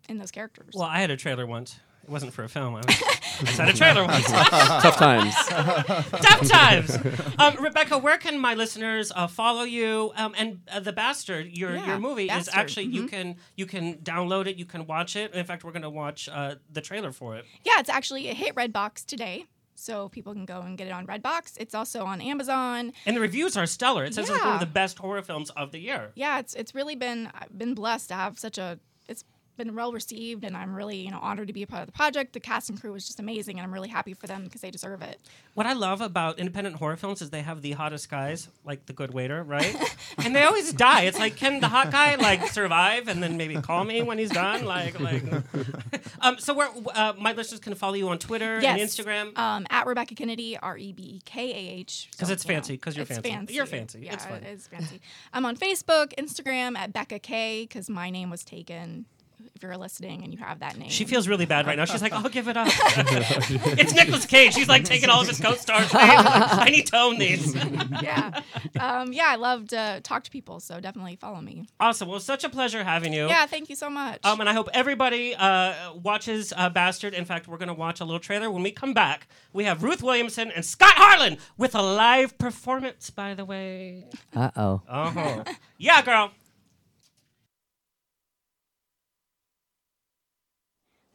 S10: in those characters.
S6: Well, I had a trailer once. It wasn't for a film. I, was, I just had a trailer *laughs* once.
S8: Tough times.
S6: Tough times. Um, Rebecca, where can my listeners uh, follow you? Um, and uh, the Bastard, your
S10: Yeah,
S6: your movie
S10: Bastard,
S6: is actually you
S10: mhm.
S6: can you can download it, you can watch it. In fact, we're going to watch uh, the trailer for it.
S10: Yeah, it's actually it hit Redbox today, so people can go and get it on Redbox. It's also on Amazon.
S6: And the reviews are stellar. It says it's one
S10: Yeah.
S6: of the best horror films of the year.
S10: Yeah, it's it's really been I've been blessed to have such a it's been well received, and I'm really you know honored to be a part of the project. The cast and crew was just amazing, and I'm really happy for them because they deserve it.
S6: What I love about independent horror films is they have the hottest guys, like the good waiter, right? *laughs* and they always die. It's like can the hot guy like survive and then maybe call me when he's done? Like like. *laughs* um, so where uh, my listeners can follow you on Twitter and
S10: Yes.
S6: Instagram.
S10: Um, at Rebecca Kennedy, R E B E K A H.
S6: 'Cause
S10: So,
S6: it's fancy, 'cause you're
S10: it's
S6: fancy. You're fancy,
S10: Yeah,
S6: it's fine.
S10: it is fancy. I'm on Facebook, Instagram at Becca K because my name was taken. If you're listening and you have that name,
S6: She feels really bad right now. She's like, I'll give
S8: *laughs*
S6: it up. it's Nicolas Cage. She's like taking all of his co-stars. names. I need to own these.
S10: yeah, um, yeah. I love to talk to people, so definitely follow me.
S6: awesome. Well, such a pleasure having you.
S10: Yeah, thank you so much.
S6: Um, and I hope everybody uh, watches uh, Bastard. In fact, we're going to watch a little trailer. When we come back, we have Ruth Williamson and Scott Harlan with a live performance, by the way.
S9: Uh oh.
S6: Oh.
S8: Uh-huh.
S6: *laughs* yeah, girl.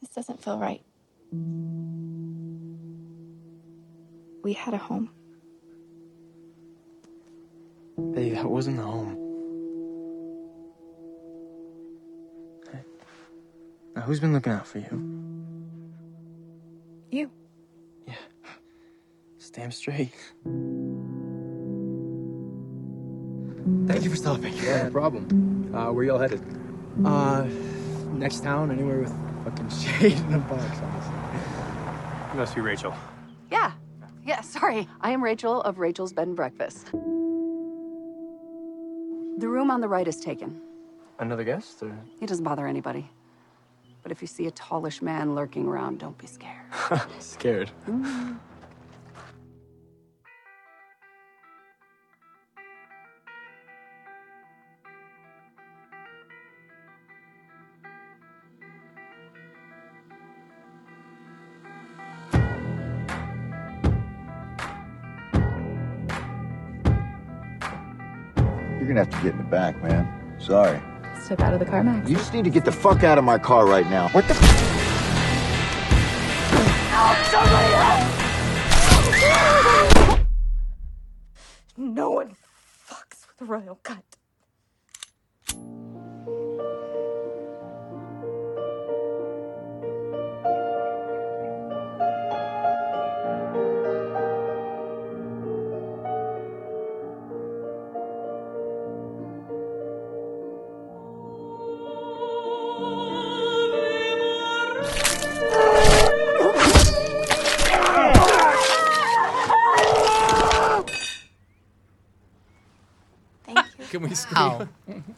S10: This doesn't feel right. We had a home.
S15: Babe, that wasn't a home. Now, who's been looking out for you?
S10: You.
S15: It's damn straight. Thank you for stopping.
S16: Yeah, no problem. Uh, where y'all headed?
S15: Uh, next town, anywhere with fucking shade in a box, honestly.
S16: You must be Rachel.
S17: Yeah. Yeah, sorry. I am Rachel of Rachel's Bed and Breakfast. The room on the right is taken.
S15: Another guest, or?
S17: It doesn't bother anybody. But if you see a tallish man lurking around, don't be scared.
S15: Scared.
S1: You're gonna have to get in the back, man. Sorry.
S17: Step out of the car, Max.
S1: You just need to get the fuck out of my car right now. What the? F-
S18: No one fucks with royal cut.
S8: Can we scream?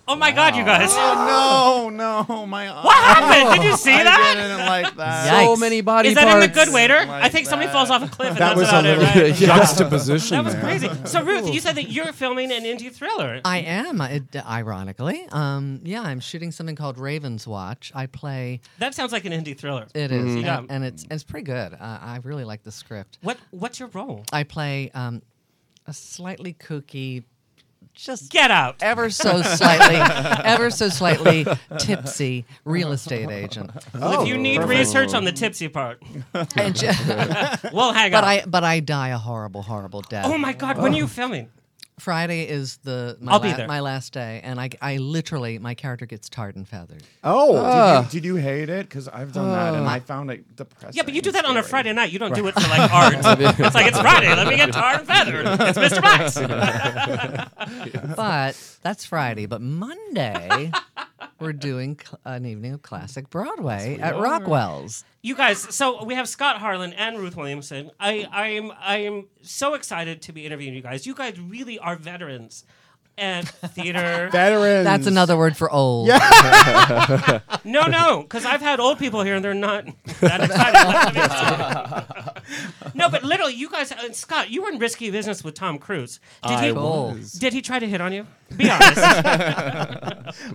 S6: Oh my God, you guys.
S19: Oh no, no, my.
S6: What happened? Did you see
S19: I
S6: that?
S19: didn't like that.
S8: So many body
S6: Is that in the
S8: parts.
S6: Good Waiter?
S8: Like
S6: I think somebody falls off a cliff. And
S8: That
S6: that's
S8: was a
S6: about it,
S8: little
S6: right?
S8: juxtaposition
S6: That was
S8: there.
S6: crazy. So Ruth, you said that you're filming an indie thriller.
S9: I am. I- It, ironically, um, yeah, I'm shooting something called Raven's Watch. I play.
S6: That sounds like an indie thriller.
S9: It is, and-
S6: Mm-hmm. Yeah.
S9: and, it's and it's pretty good. Uh, I really like the script.
S6: What What's your role?
S9: I play um, a slightly kooky, just
S6: get out *laughs*
S9: ever so slightly, ever so slightly tipsy real estate agent.
S6: Well, if you need research on the tipsy part,
S9: *laughs* And ju-
S6: *laughs* we'll hang up.
S9: but I but I die a horrible, horrible death.
S6: Oh my God, when are you filming?
S9: Friday is the my,
S6: I'll be
S9: la-
S6: there.
S9: my last day, and I, I literally my character gets tarred and feathered.
S19: Oh,
S9: Ah.
S19: did, you, did you hate it? Because I've done that and
S9: Ah.
S19: I found it depressing.
S6: Yeah, but you do that on a Friday night. You don't do
S19: Right.
S6: it for like
S9: *laughs*
S6: art. it's
S8: *laughs*
S6: like it's Friday. Let me get tarred and feathered. It's Mr. Max.
S9: *laughs* but that's Friday. But Monday, we're doing cl- an evening of classic Broadway at
S6: are.
S9: Rockwell's.
S6: You guys, so we have Scott Harlan and Ruth Williamson. I, I am I am so excited to be interviewing you guys. You guys really are veterans at theater.
S9: *laughs* Veterans. That's another word for old.
S6: no, no, because I've had old people here and they're not. that excited. no, but literally, you guys, uh, Scott, you were in risky business with Tom Cruise. Did
S10: I
S6: he,
S10: was.
S6: Did he try to hit on you? Be
S10: *laughs*
S6: honest.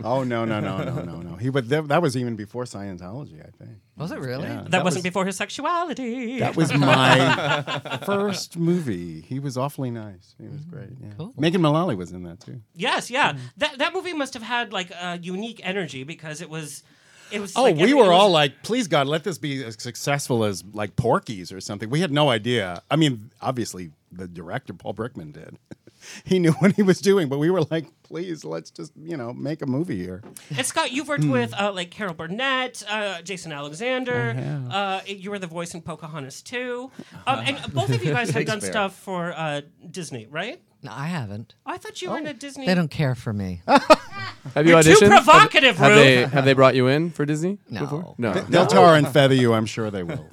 S10: oh no no no no no no. He but that, that was even before Scientology, I think.
S9: Was it really?
S10: Yeah,
S6: that,
S10: that
S6: wasn't
S10: was-
S6: before his sexuality.
S10: That was my *laughs* first movie. He was awfully nice. He
S8: Mm,
S10: was great. Yeah. Megan Mullally was in that too.
S6: Yes, yeah. That that movie must have had like a unique energy because it was, it was.
S10: Oh,
S6: like,
S10: we
S6: every- it
S10: were
S6: was-
S10: all like, please God, let this be as successful as like Porky's or something. We had no idea. I mean, obviously the director Paul Brickman did. *laughs* he knew what he was doing, but we were like, please, let's just you know make a movie here.
S6: And Scott, you've worked
S10: Mm.
S6: with uh, like Carol Burnett, uh, Jason Alexander.
S10: I have.
S6: Uh, you were the voice in Pocahontas too, um, and both of you
S10: *laughs*
S6: guys have done
S9: Shakespeare.
S6: stuff for uh, Disney, right?
S9: No, I haven't.
S6: I thought you were in
S9: Oh.
S6: a Disney.
S9: They don't care for
S10: *laughs*
S9: me.
S8: Have you
S6: You're too
S8: auditioned? Have-
S6: provocative,
S8: have,
S6: Ruth.
S8: they have they brought you in for Disney?
S6: No.
S8: before? no.
S10: They- They'll tar and feather you. I'm sure they will.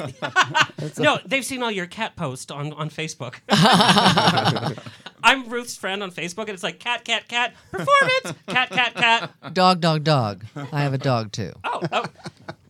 S6: no, they've seen all your cat posts on, on
S9: *laughs*
S6: Facebook. *laughs* I'm Ruth's friend on Facebook, and it's like cat, cat, cat,
S9: *laughs*
S6: performance, cat, cat, cat.
S9: dog, dog, dog. I have a dog too.
S6: Oh, oh.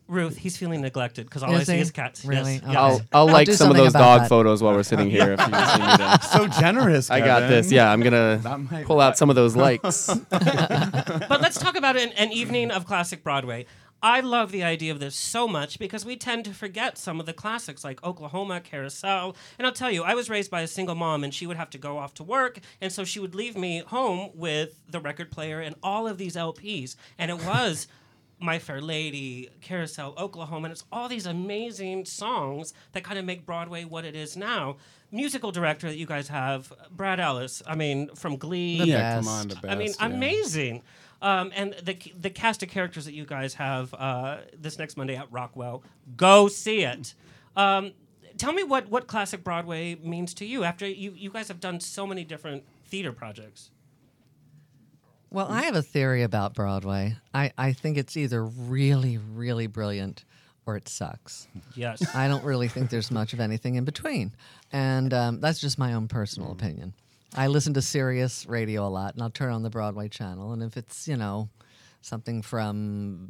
S6: Ruth, he's feeling neglected because all I
S9: Is
S6: see
S9: he?
S6: is cats.
S9: Really?
S6: Yes.
S9: Oh. Okay.
S6: yes.
S8: I'll, I'll like some of those dog photos while we're sitting here.
S10: *laughs*
S8: If you see me there.
S20: So generous,
S8: I got
S20: Kevin.
S8: this. Yeah, I'm
S20: That
S8: gonna
S20: might
S8: pull out some of those
S10: *laughs*
S8: likes.
S6: but let's talk about an, an evening of classic Broadway. I love the idea of this so much because we tend to forget some of the classics like Oklahoma, Carousel. And I'll tell you, I was raised by a single mom and she would have to go off to work. And so she would leave me home with the record player and all of these LPs. And it was *laughs* My Fair Lady, Carousel, Oklahoma. And it's all these amazing songs that kind of make Broadway what it is now. Musical director that you guys have, Brad Ellis. I mean, from Glee.
S10: The Yeah, come on, best. the
S6: I mean,
S10: best, yeah.
S6: amazing amazing. Um, and the the cast of characters that you guys have uh, this next Monday at Rockwell, go see it. Um, tell me what what classic Broadway means to you after you you guys have done so many different theater projects.
S9: Well, I have a theory about Broadway. I, I think it's either really, really brilliant or it sucks. *laughs*
S6: Yes.
S9: I don't really think there's much of anything in between. And um, that's just my own
S6: Mm.
S9: personal opinion. I listen to Sirius radio a lot and I'll turn on the Broadway channel. And if it's, you know, something from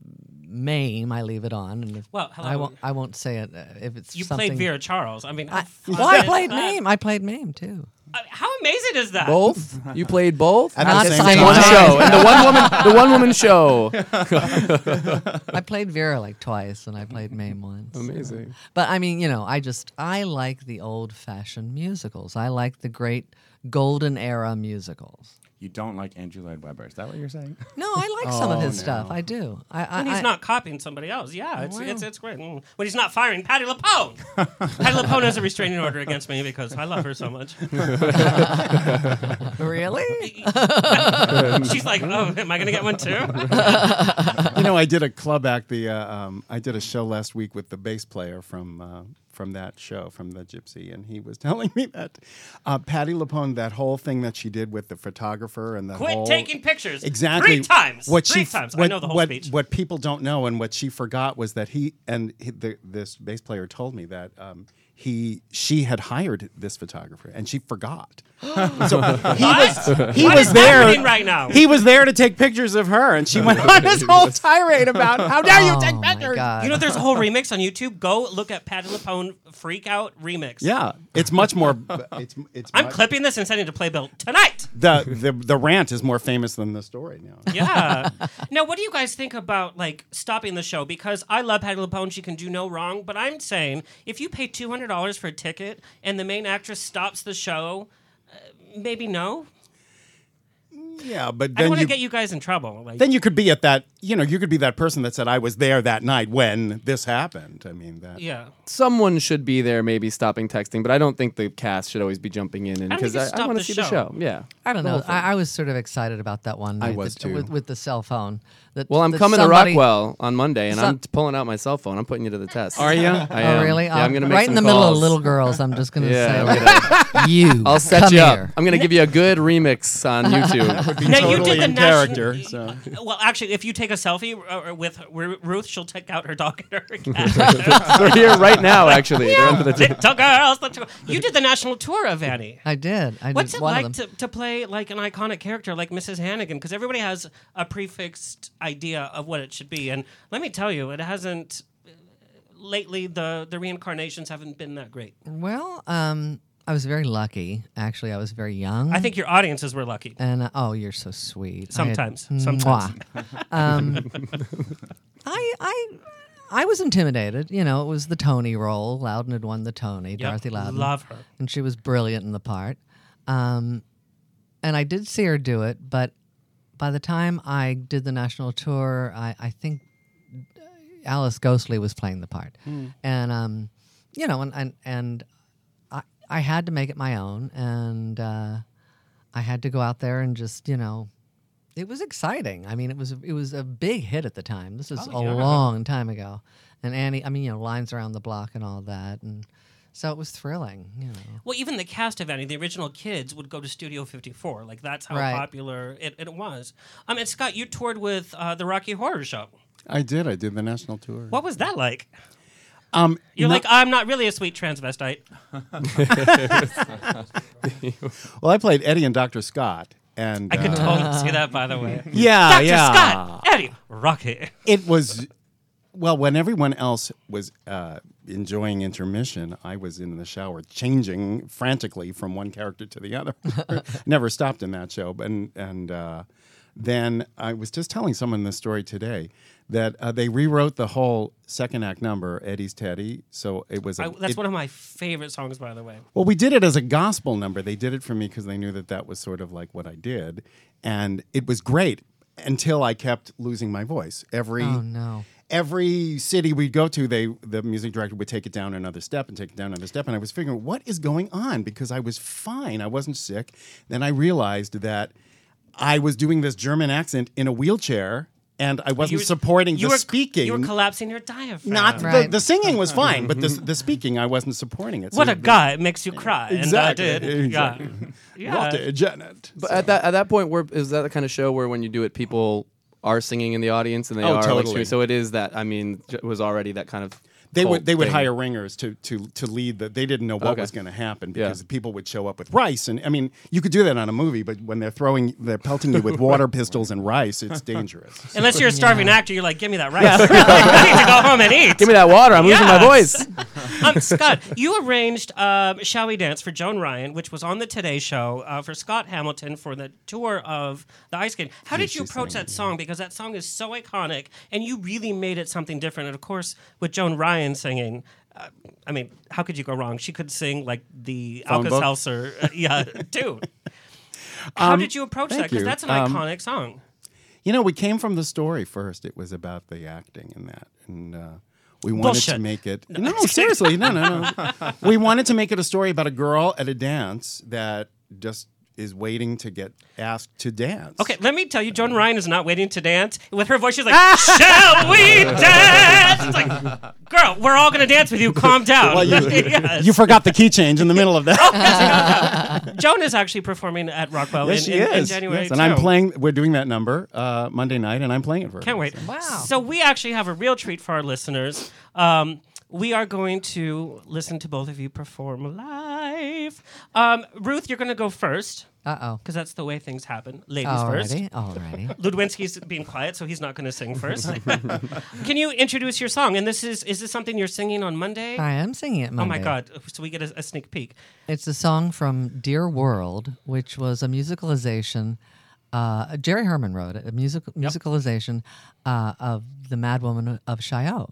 S9: Maine, I leave it on. And if,
S6: Well, hello.
S9: I won't, I won't say it uh, if it's
S6: You
S9: something-
S6: played Vera Charles. I mean, how
S9: I,
S6: fun
S9: well, I
S6: is
S9: played
S6: that?
S9: Mame. I played Mame too.
S6: How amazing is that?
S8: Both? You played both?
S9: At the Not same
S8: one
S9: time.
S8: show. And the one woman the one woman
S10: *laughs*
S8: show.
S9: I played Vera like twice, and I
S6: *laughs*
S9: played Mame once.
S8: Amazing.
S9: But I mean, you know, I just I like the old-fashioned musicals. I like the great golden era musicals.
S21: You don't like Andrew Lloyd Webber. Is that what you're saying?
S9: No, I like
S8: Oh,
S9: some of his stuff. I do. I, I,
S6: when he's
S9: I- *laughs* Oh,
S6: not copying somebody else, yeah, it's,
S9: Wow.
S6: it's, it's great. Mm. When he's not firing Patty
S9: *laughs*
S6: LaPone, Patty LaPone has a restraining order against me because I love her so much.
S10: *laughs*
S9: Really?
S6: She's like, oh, am I gonna get one too?
S10: you know, I did a club act. The uh, um, I did a show last week with the bass player from uh, from that show, from the Gypsy, and he was *laughs* telling me that uh, Patty Lapone, that whole thing that she did with the photographer and the
S6: Quit
S10: whole-
S6: taking pictures.
S10: exactly
S6: Three times.
S10: What
S6: Three
S10: she,
S6: times. I
S10: What,
S6: know the whole
S10: what,
S6: speech.
S10: What people don't know and what she forgot was that he and he, the, this bass player told me that. Um, he she had hired this photographer and she forgot. so he was, he
S6: What
S10: was
S6: is
S10: there
S6: happening right now?
S10: He was there to take pictures of her
S19: *laughs*
S10: and she went on this whole tirade about how dare
S9: Oh
S10: you take pictures.
S6: You know, there's a whole remix on YouTube. Go look at Patty LaPone Freak Out remix.
S10: Yeah, it's
S19: *laughs*
S10: much more. It's it's.
S6: I'm
S10: much-
S6: clipping this and sending it to Playbill tonight.
S10: the, the the rant is more famous than the story now. *laughs*
S6: Yeah. now, what do you guys think about like stopping the show? Because I love Patty LaPone; she can do no wrong. But I'm saying, if you pay two hundred dollars for a ticket and the main actress stops the show, uh, maybe no.
S10: Yeah, but
S6: I don't
S10: then
S6: want to
S10: you
S6: get you guys in trouble. Like,
S10: then you could be at that. You know, you could be that person that said I was there that night when this happened. I mean that.
S6: yeah.
S8: Someone should be there maybe stopping texting, but I don't think the cast should always be jumping in
S6: don't
S8: because
S6: think
S8: I,
S6: you
S8: I
S6: stop
S8: want
S6: the
S8: to see the
S6: show.
S8: show. Yeah.
S9: I don't
S8: The
S9: know.
S8: whole thing.
S9: I, I was sort of excited about that one
S8: I
S9: night
S8: was
S9: that-
S8: too.
S9: With, with the cell phone. That,
S8: well, I'm
S9: that
S8: coming
S9: somebody-
S8: to Rockwell on Monday, and I'm
S9: some-
S8: t- pulling out my cell phone. I'm putting you to the test.
S9: Are ya?
S8: I
S9: Oh,
S8: am.
S9: really?
S8: Yeah, I'm gonna
S9: Oh,
S8: make
S9: right in
S8: some
S9: the middle of
S8: calls.
S9: little girls, I'm just
S8: *laughs*
S9: gonna say,
S8: I'm
S9: like, "You,
S8: I'll set
S9: come
S8: you up.
S9: here."
S8: I'm gonna give you a good remix
S6: *laughs*
S8: on YouTube.
S6: That would be Now, you totally did the in character, *laughs*
S10: So.
S6: Well, actually, if you take a selfie uh, with Ru- Ruth, she'll take out her dog and
S10: *laughs*
S6: her cat. *laughs*
S8: They're here right now. Actually, they're under the table.
S6: Little girls, little- You did the national tour of Annie.
S9: I did. I
S6: What's
S9: did
S6: it
S9: one
S6: like
S9: of them.
S6: to, to play like an iconic character like Mrs. Hannigan? Because everybody has a prefixed idea of what it should be, and let me tell you, it hasn't. lately the the reincarnations haven't been that great.
S9: Well, um, I was very lucky. Actually, I was very young.
S6: I think your audiences were lucky.
S9: And uh, oh, you're so sweet. I had-
S6: Sometimes,
S9: Mwah.
S6: sometimes.
S9: um,
S6: *laughs*
S9: I, I, I was intimidated. You know, it was the Tony role. Loudon had won the Tony. Dorothy Loudon.
S6: love her.
S9: and she was brilliant in the part. Um, and I did see her do it, but by the time I did the national tour, I, I think Alice Ghostly was playing the part,
S22: Hmm.
S9: and um, you know, and and, and I, I had to make it my own, and uh, I had to go out there and just you know, it was exciting. I mean, it was it was a big hit at the time. This is
S22: Oh,
S9: a
S22: yeah.
S9: long time ago, and Annie, I mean, you know, lines around the block and all that, and so it was thrilling. You know.
S6: Well, even the cast of Annie, the original kids, would go to Studio 54. Like that's how
S9: Right.
S6: popular it, it was. Um, and Scott, you toured with uh, the Rocky Horror Show.
S8: I did. I did the national tour.
S6: What was that like?
S8: Um,
S6: You're
S8: no-
S6: like, I'm not really a sweet transvestite.
S8: *laughs* well, I played Eddie and Dr. Scott. And
S6: I could
S8: uh,
S6: totally see that, by the way.
S8: *laughs* Yeah,
S6: Dr.
S8: yeah.
S6: Scott, Eddie, Rocky.
S8: It was, well, when everyone else was uh, enjoying intermission, I was in the shower changing frantically from one character to the other. *laughs* Never stopped in that show. And, and uh, then I was just telling someone this story today that uh, they rewrote the whole second act number, Eddie's Teddy. So it was a,
S6: I, that's
S8: it-
S6: one of my favorite songs, by the way.
S8: well, we did it as a gospel number. They did it for me because they knew that that was sort of like what I did, and it was great until I kept losing my voice. Every
S9: Oh, no.
S8: every city we'd go to, they the music director would take it down another step and take it down another step, and I was figuring what is going on because I was fine, I wasn't sick. Then I realized that I was doing this German accent in a wheelchair. And I wasn't
S6: were-
S8: supporting
S6: you
S8: the
S6: were,
S8: speaking.
S6: You were collapsing your diaphragm.
S8: Not the, the singing was fine, but the, the speaking I wasn't supporting it.
S6: What a
S8: the-
S6: guy, it makes you cry, and I did.
S8: Exactly.
S6: Yeah.
S8: What a Janet.
S23: But at that at that point, where is that the kind of show where when you do it, people are singing in the audience and they
S8: Oh,
S23: are like,
S8: totally.
S23: screaming? so it is that. I mean, j- was already that kind of.
S8: They
S23: cult
S8: would they would
S23: thing.
S8: hire ringers to to to lead the they didn't know what
S23: Okay.
S8: was going to happen
S23: Yeah.
S8: because people would show up with rice and I mean you could do that on a movie but when they're throwing they're pelting you with water pistols and rice it's dangerous.
S6: Unless you're a starving actor, you're like, give me that rice. *laughs*
S8: Yeah.
S6: I need to go home and eat.
S23: Give me that water. I'm losing my *laughs* voice.
S6: *laughs* um, Scott, you arranged um, Shall We Dance for Joan Ryan, which was on the Today Show, uh, for Scott Hamilton for the tour of the Ice Cream. How did you approach that song? Because that song is so iconic, and you really made it something different. And of course, with Joan Ryan singing, uh, I mean, how could you go wrong? She could sing like the
S8: Phone
S6: Alka
S8: book?
S6: Seltzer. Uh, yeah, *laughs*
S8: *laughs*
S6: dude. How
S8: Um,
S6: did you approach that?
S8: thank
S6: Because
S8: you.
S6: that's an
S8: Um,
S6: iconic song.
S8: You know, we came from the story first. It was about the acting and that, and uh, we wanted to
S24: Bullshit.
S8: make it.
S24: No,
S8: No,
S24: I'm just kidding.
S8: seriously, no, no,
S23: *laughs*
S8: no. we wanted to make it a story about a girl at a dance that just is waiting to get asked to dance.
S6: Okay, let me tell you, Joan Ryan is not waiting to dance. With her voice, she's
S8: *laughs*
S6: like, "Shall we dance?" It's like, girl, we're all gonna dance with you. Calm down.
S8: *laughs* Well, you,
S6: *laughs* Yes. Oh,
S8: you forgot the key change in the middle
S6: *laughs*
S8: of that.
S6: Joan is actually performing at Rockwell
S8: yes,
S6: in,
S8: she
S6: in- in
S8: is.
S6: January.
S8: Yes, and I'm
S6: too.
S8: playing. We're doing that number uh, Monday night, and I'm playing it for. her.
S6: Can't wait. Wow. So we actually have a real treat for our listeners. Um, we are going to listen to both of you perform live. Um, Ruth, you're going to go first.
S9: Uh oh.
S6: Because that's the way things happen. Ladies
S9: Alrighty,
S6: first.
S9: alrighty.
S6: Ludwinski's being quiet, so he's not going to sing first. *laughs* Can you introduce your song? And this is—is this something you're singing on Monday?
S9: I am singing it
S6: Oh my
S9: Monday.
S6: God! So we get a, a sneak peek.
S9: It's a song from Dear World, which was a musicalization. Uh, Jerry Herman wrote it, a musical musicalization uh, of the Mad Woman of Chaillot,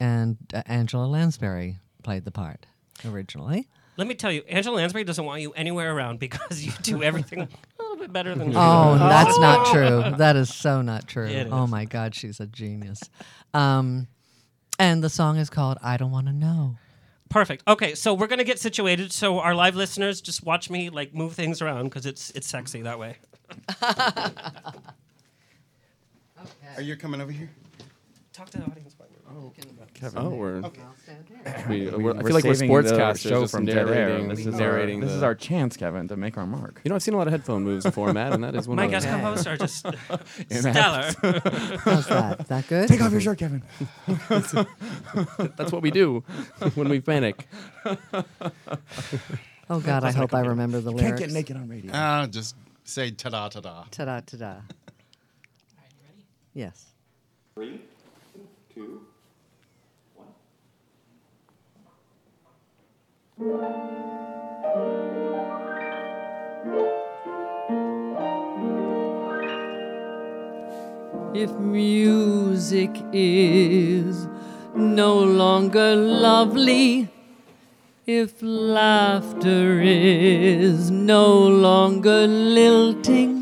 S9: and uh, Angela Lansbury played the part originally.
S6: Let me tell you, Angela Lansbury doesn't want you anywhere around because *laughs* you do everything a little bit better than. she
S9: Oh,
S6: does.
S9: that's not true. That is so
S6: *laughs*
S9: not true.
S6: It
S9: Oh
S6: is.
S9: my God, she's a genius. Um, and the song is called "I Don't Want to Know."
S6: Perfect. Okay, so we're gonna get situated. So our live listeners, just watch me like move things around because it's it's sexy that way.
S8: *laughs* Are you coming over here?
S6: Talk to the audience. Oh,
S23: Kevin. Oh, we're.
S8: Okay.
S23: We,
S18: We're-
S23: we're, I
S18: we're
S23: feel like we're
S18: saving the
S23: sportscasters
S18: show
S23: just
S18: from dead air.
S23: narrating.
S18: This is our-
S23: narrating
S18: this
S23: the-
S18: is our chance, Kevin, to make our mark.
S23: You know, I've seen a lot of headphone moves before, Matt, and that
S8: *laughs*
S23: is one
S6: My
S23: of
S6: guest
S23: them.
S6: co-hosts are
S9: *laughs*
S6: just stellar.
S23: Inapt.
S9: How's that? That good?
S23: Take off your shirt,
S8: Kevin.
S23: That's what we do *laughs* when we panic.
S9: Oh God, I hope I remember the lyrics.
S8: on radio. Uh, just say ta-da, ta-da.
S9: Ta-da, ta-da. Yes.
S25: Three, two, one.
S9: if music is no longer lovely, if laughter is no longer lilting,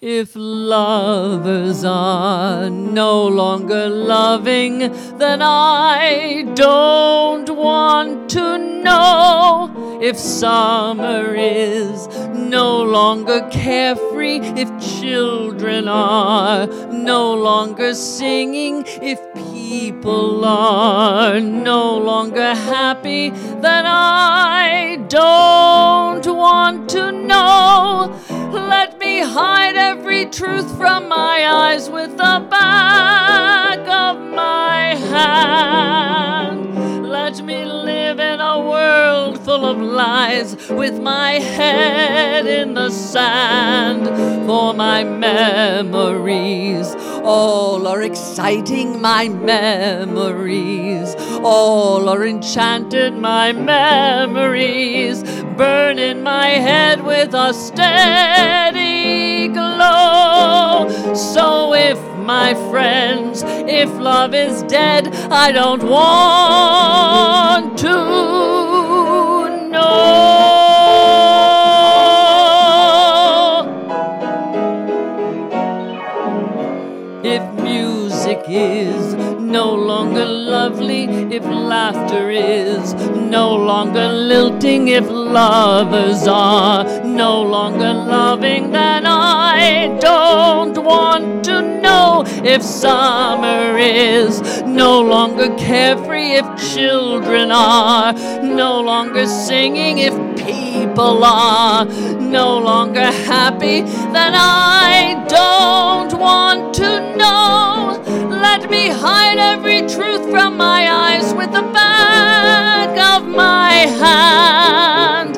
S9: if lovers are no longer loving, then I don't want to know if summer is no longer carefree, if children are no longer singing, if people are no longer happy, then I don't want to know. Let me hide every truth from my eyes with the back of my hand. Let me live in a world full of lies with my head in the sand. For my memories all are exciting, my memories all are enchanted, my memories burn in my head with a steady glow. So if my friends, if love is dead, I don't want to know. If music is no longer lovely, if laughter is no longer lilting, if lovers are no longer loving, then I don't want to know if summer is no longer carefree, if children are no longer singing, if people are no longer happy, then I don't want to know. Let me hide every truth from my eyes with the back of my hand.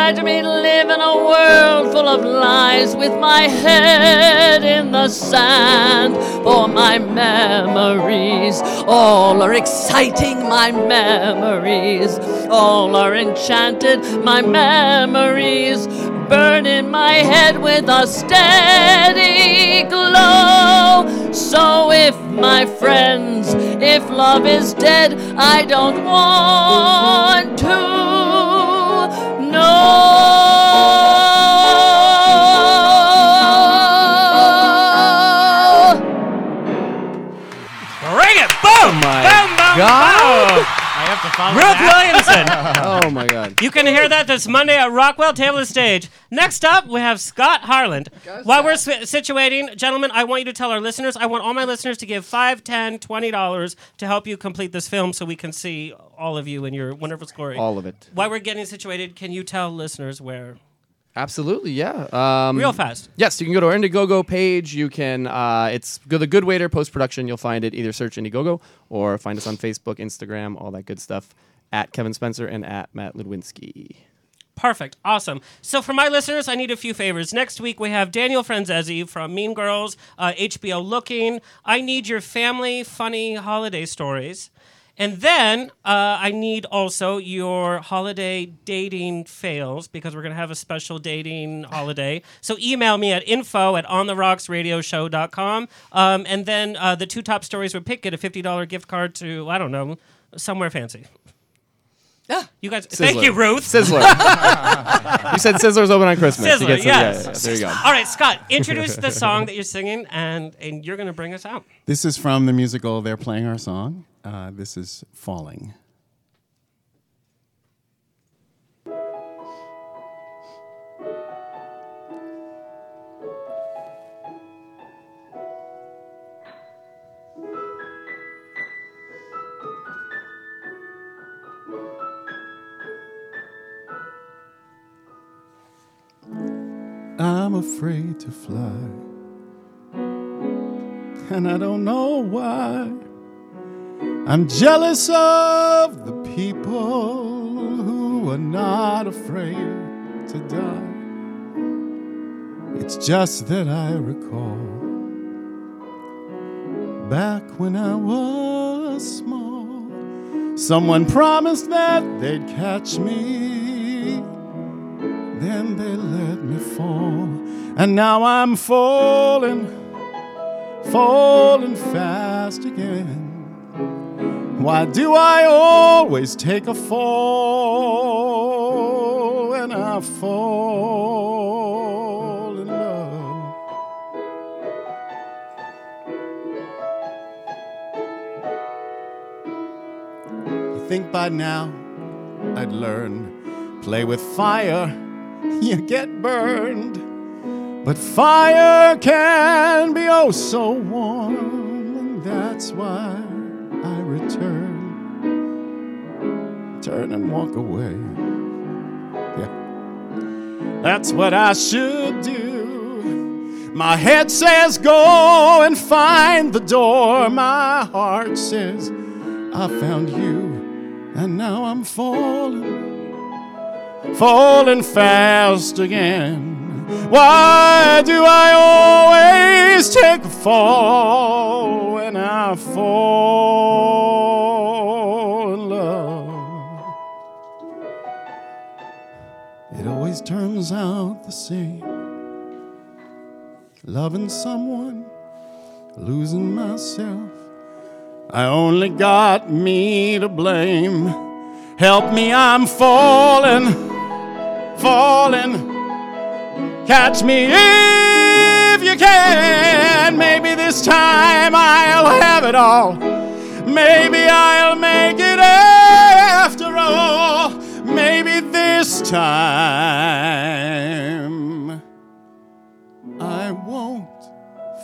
S9: Let me live in a world full of lies with my head in the sand. For my memories all are exciting, my memories all are enchanted, my memories burn in my head with a steady glow. So if my friends, if love is dead, I don't want to know.
S6: Bring it!
S8: Oh
S6: Boom!
S26: my
S6: boom, boom,
S26: God.
S6: boom!
S27: I have to follow
S6: Ruth
S27: *laughs* that.
S6: Williamson!
S26: oh my god.
S6: You can hear that this Monday at Rockwell Table of Stage. Next up, we have Scott Harland. While we're si- situating, gentlemen, I want you to tell our listeners, I want all my listeners to give 5 10 $20 to help you complete this film so we can see all of you in your wonderful glory.
S26: All of it.
S6: While we're getting situated, can you tell listeners where?
S26: Absolutely, yeah. Um,
S6: Real fast.
S26: Yes, you can go to our Indiegogo page. You can. Uh, it's go the Good Waiter post production. You'll find it either search Indiegogo or find us on Facebook, Instagram, all that good stuff. At Kevin Spencer and at Matt Ludwinski.
S6: Perfect. Awesome. So, for my listeners, I need a few favors. Next week, we have Daniel Franzese from Mean Girls, uh, HBO Looking. I need your family funny holiday stories. And then uh, I need also your holiday dating fails because we're going to have a special dating holiday. So email me at info at ontherocksradioshow.com. Um, and then uh, the two top stories would pick get a $50 gift card to, I don't know, somewhere fancy. You guys, thank
S26: Sizzler.
S6: you, Ruth. *laughs*
S26: Sizzler. you said Sizzler's open on Christmas. You
S6: Sizzler,
S26: get some- yeah,
S6: yes.
S26: yeah, yeah, there you go.
S6: All
S28: *laughs*
S6: right, Scott, introduce the song that you're singing, and and you're gonna bring us out.
S8: This is from the musical They're Playing Our Song. Uh, this is Falling. I'm afraid to fly. And I don't know why. I'm jealous of the people who are not afraid to die. It's just that I recall back when I was small, someone promised that they'd catch me. Then they let me fall, and now I'm falling falling fast again. Why do I always take a fall when I fall in love? You think by now I'd learn, play with fire, *laughs* you get burned. But fire can be oh so warm, and that's why I return. Turn and walk away. Yeah. That's what I should do. My head says go and find the door. My heart says I found you, and now I'm falling, falling fast again. Why do I always take a fall when I fall in love? It always turns out the same. Loving someone, losing myself. I only got me to blame. Help me, I'm falling, falling. Catch me if you can. Maybe this time I'll have it all. Maybe I'll make it after all. Maybe this time I won't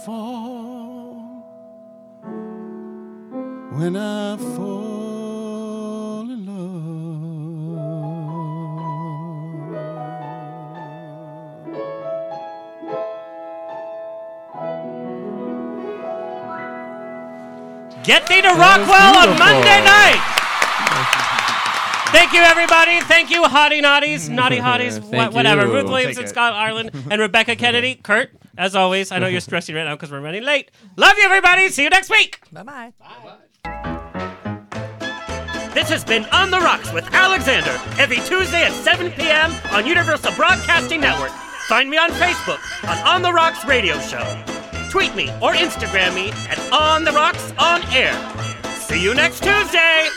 S8: fall when I fall in love.
S29: Get thee to Rockwell on
S6: beautiful.
S29: Monday night. Thank you, everybody. Thank you, Hottie
S28: *laughs*
S29: Naughties, Naughty Hotties,
S28: Thank
S29: wha- whatever.
S28: you.
S29: Ruth
S28: We'll
S29: Williams
S28: take
S29: and
S28: it.
S29: Scott
S28: *laughs*
S29: Ireland and Rebecca Kennedy. Kurt, as always, I know you're stressing right now because we're running late. Love you, everybody. See you next week.
S9: Bye bye.
S6: This has been On the Rocks with Alexander every Tuesday at 7 p.m. on Universal Broadcasting Network. Find me on Facebook on On the Rocks Radio Show. Tweet me or Instagram me at On the Rocks On Air. See you next Tuesday.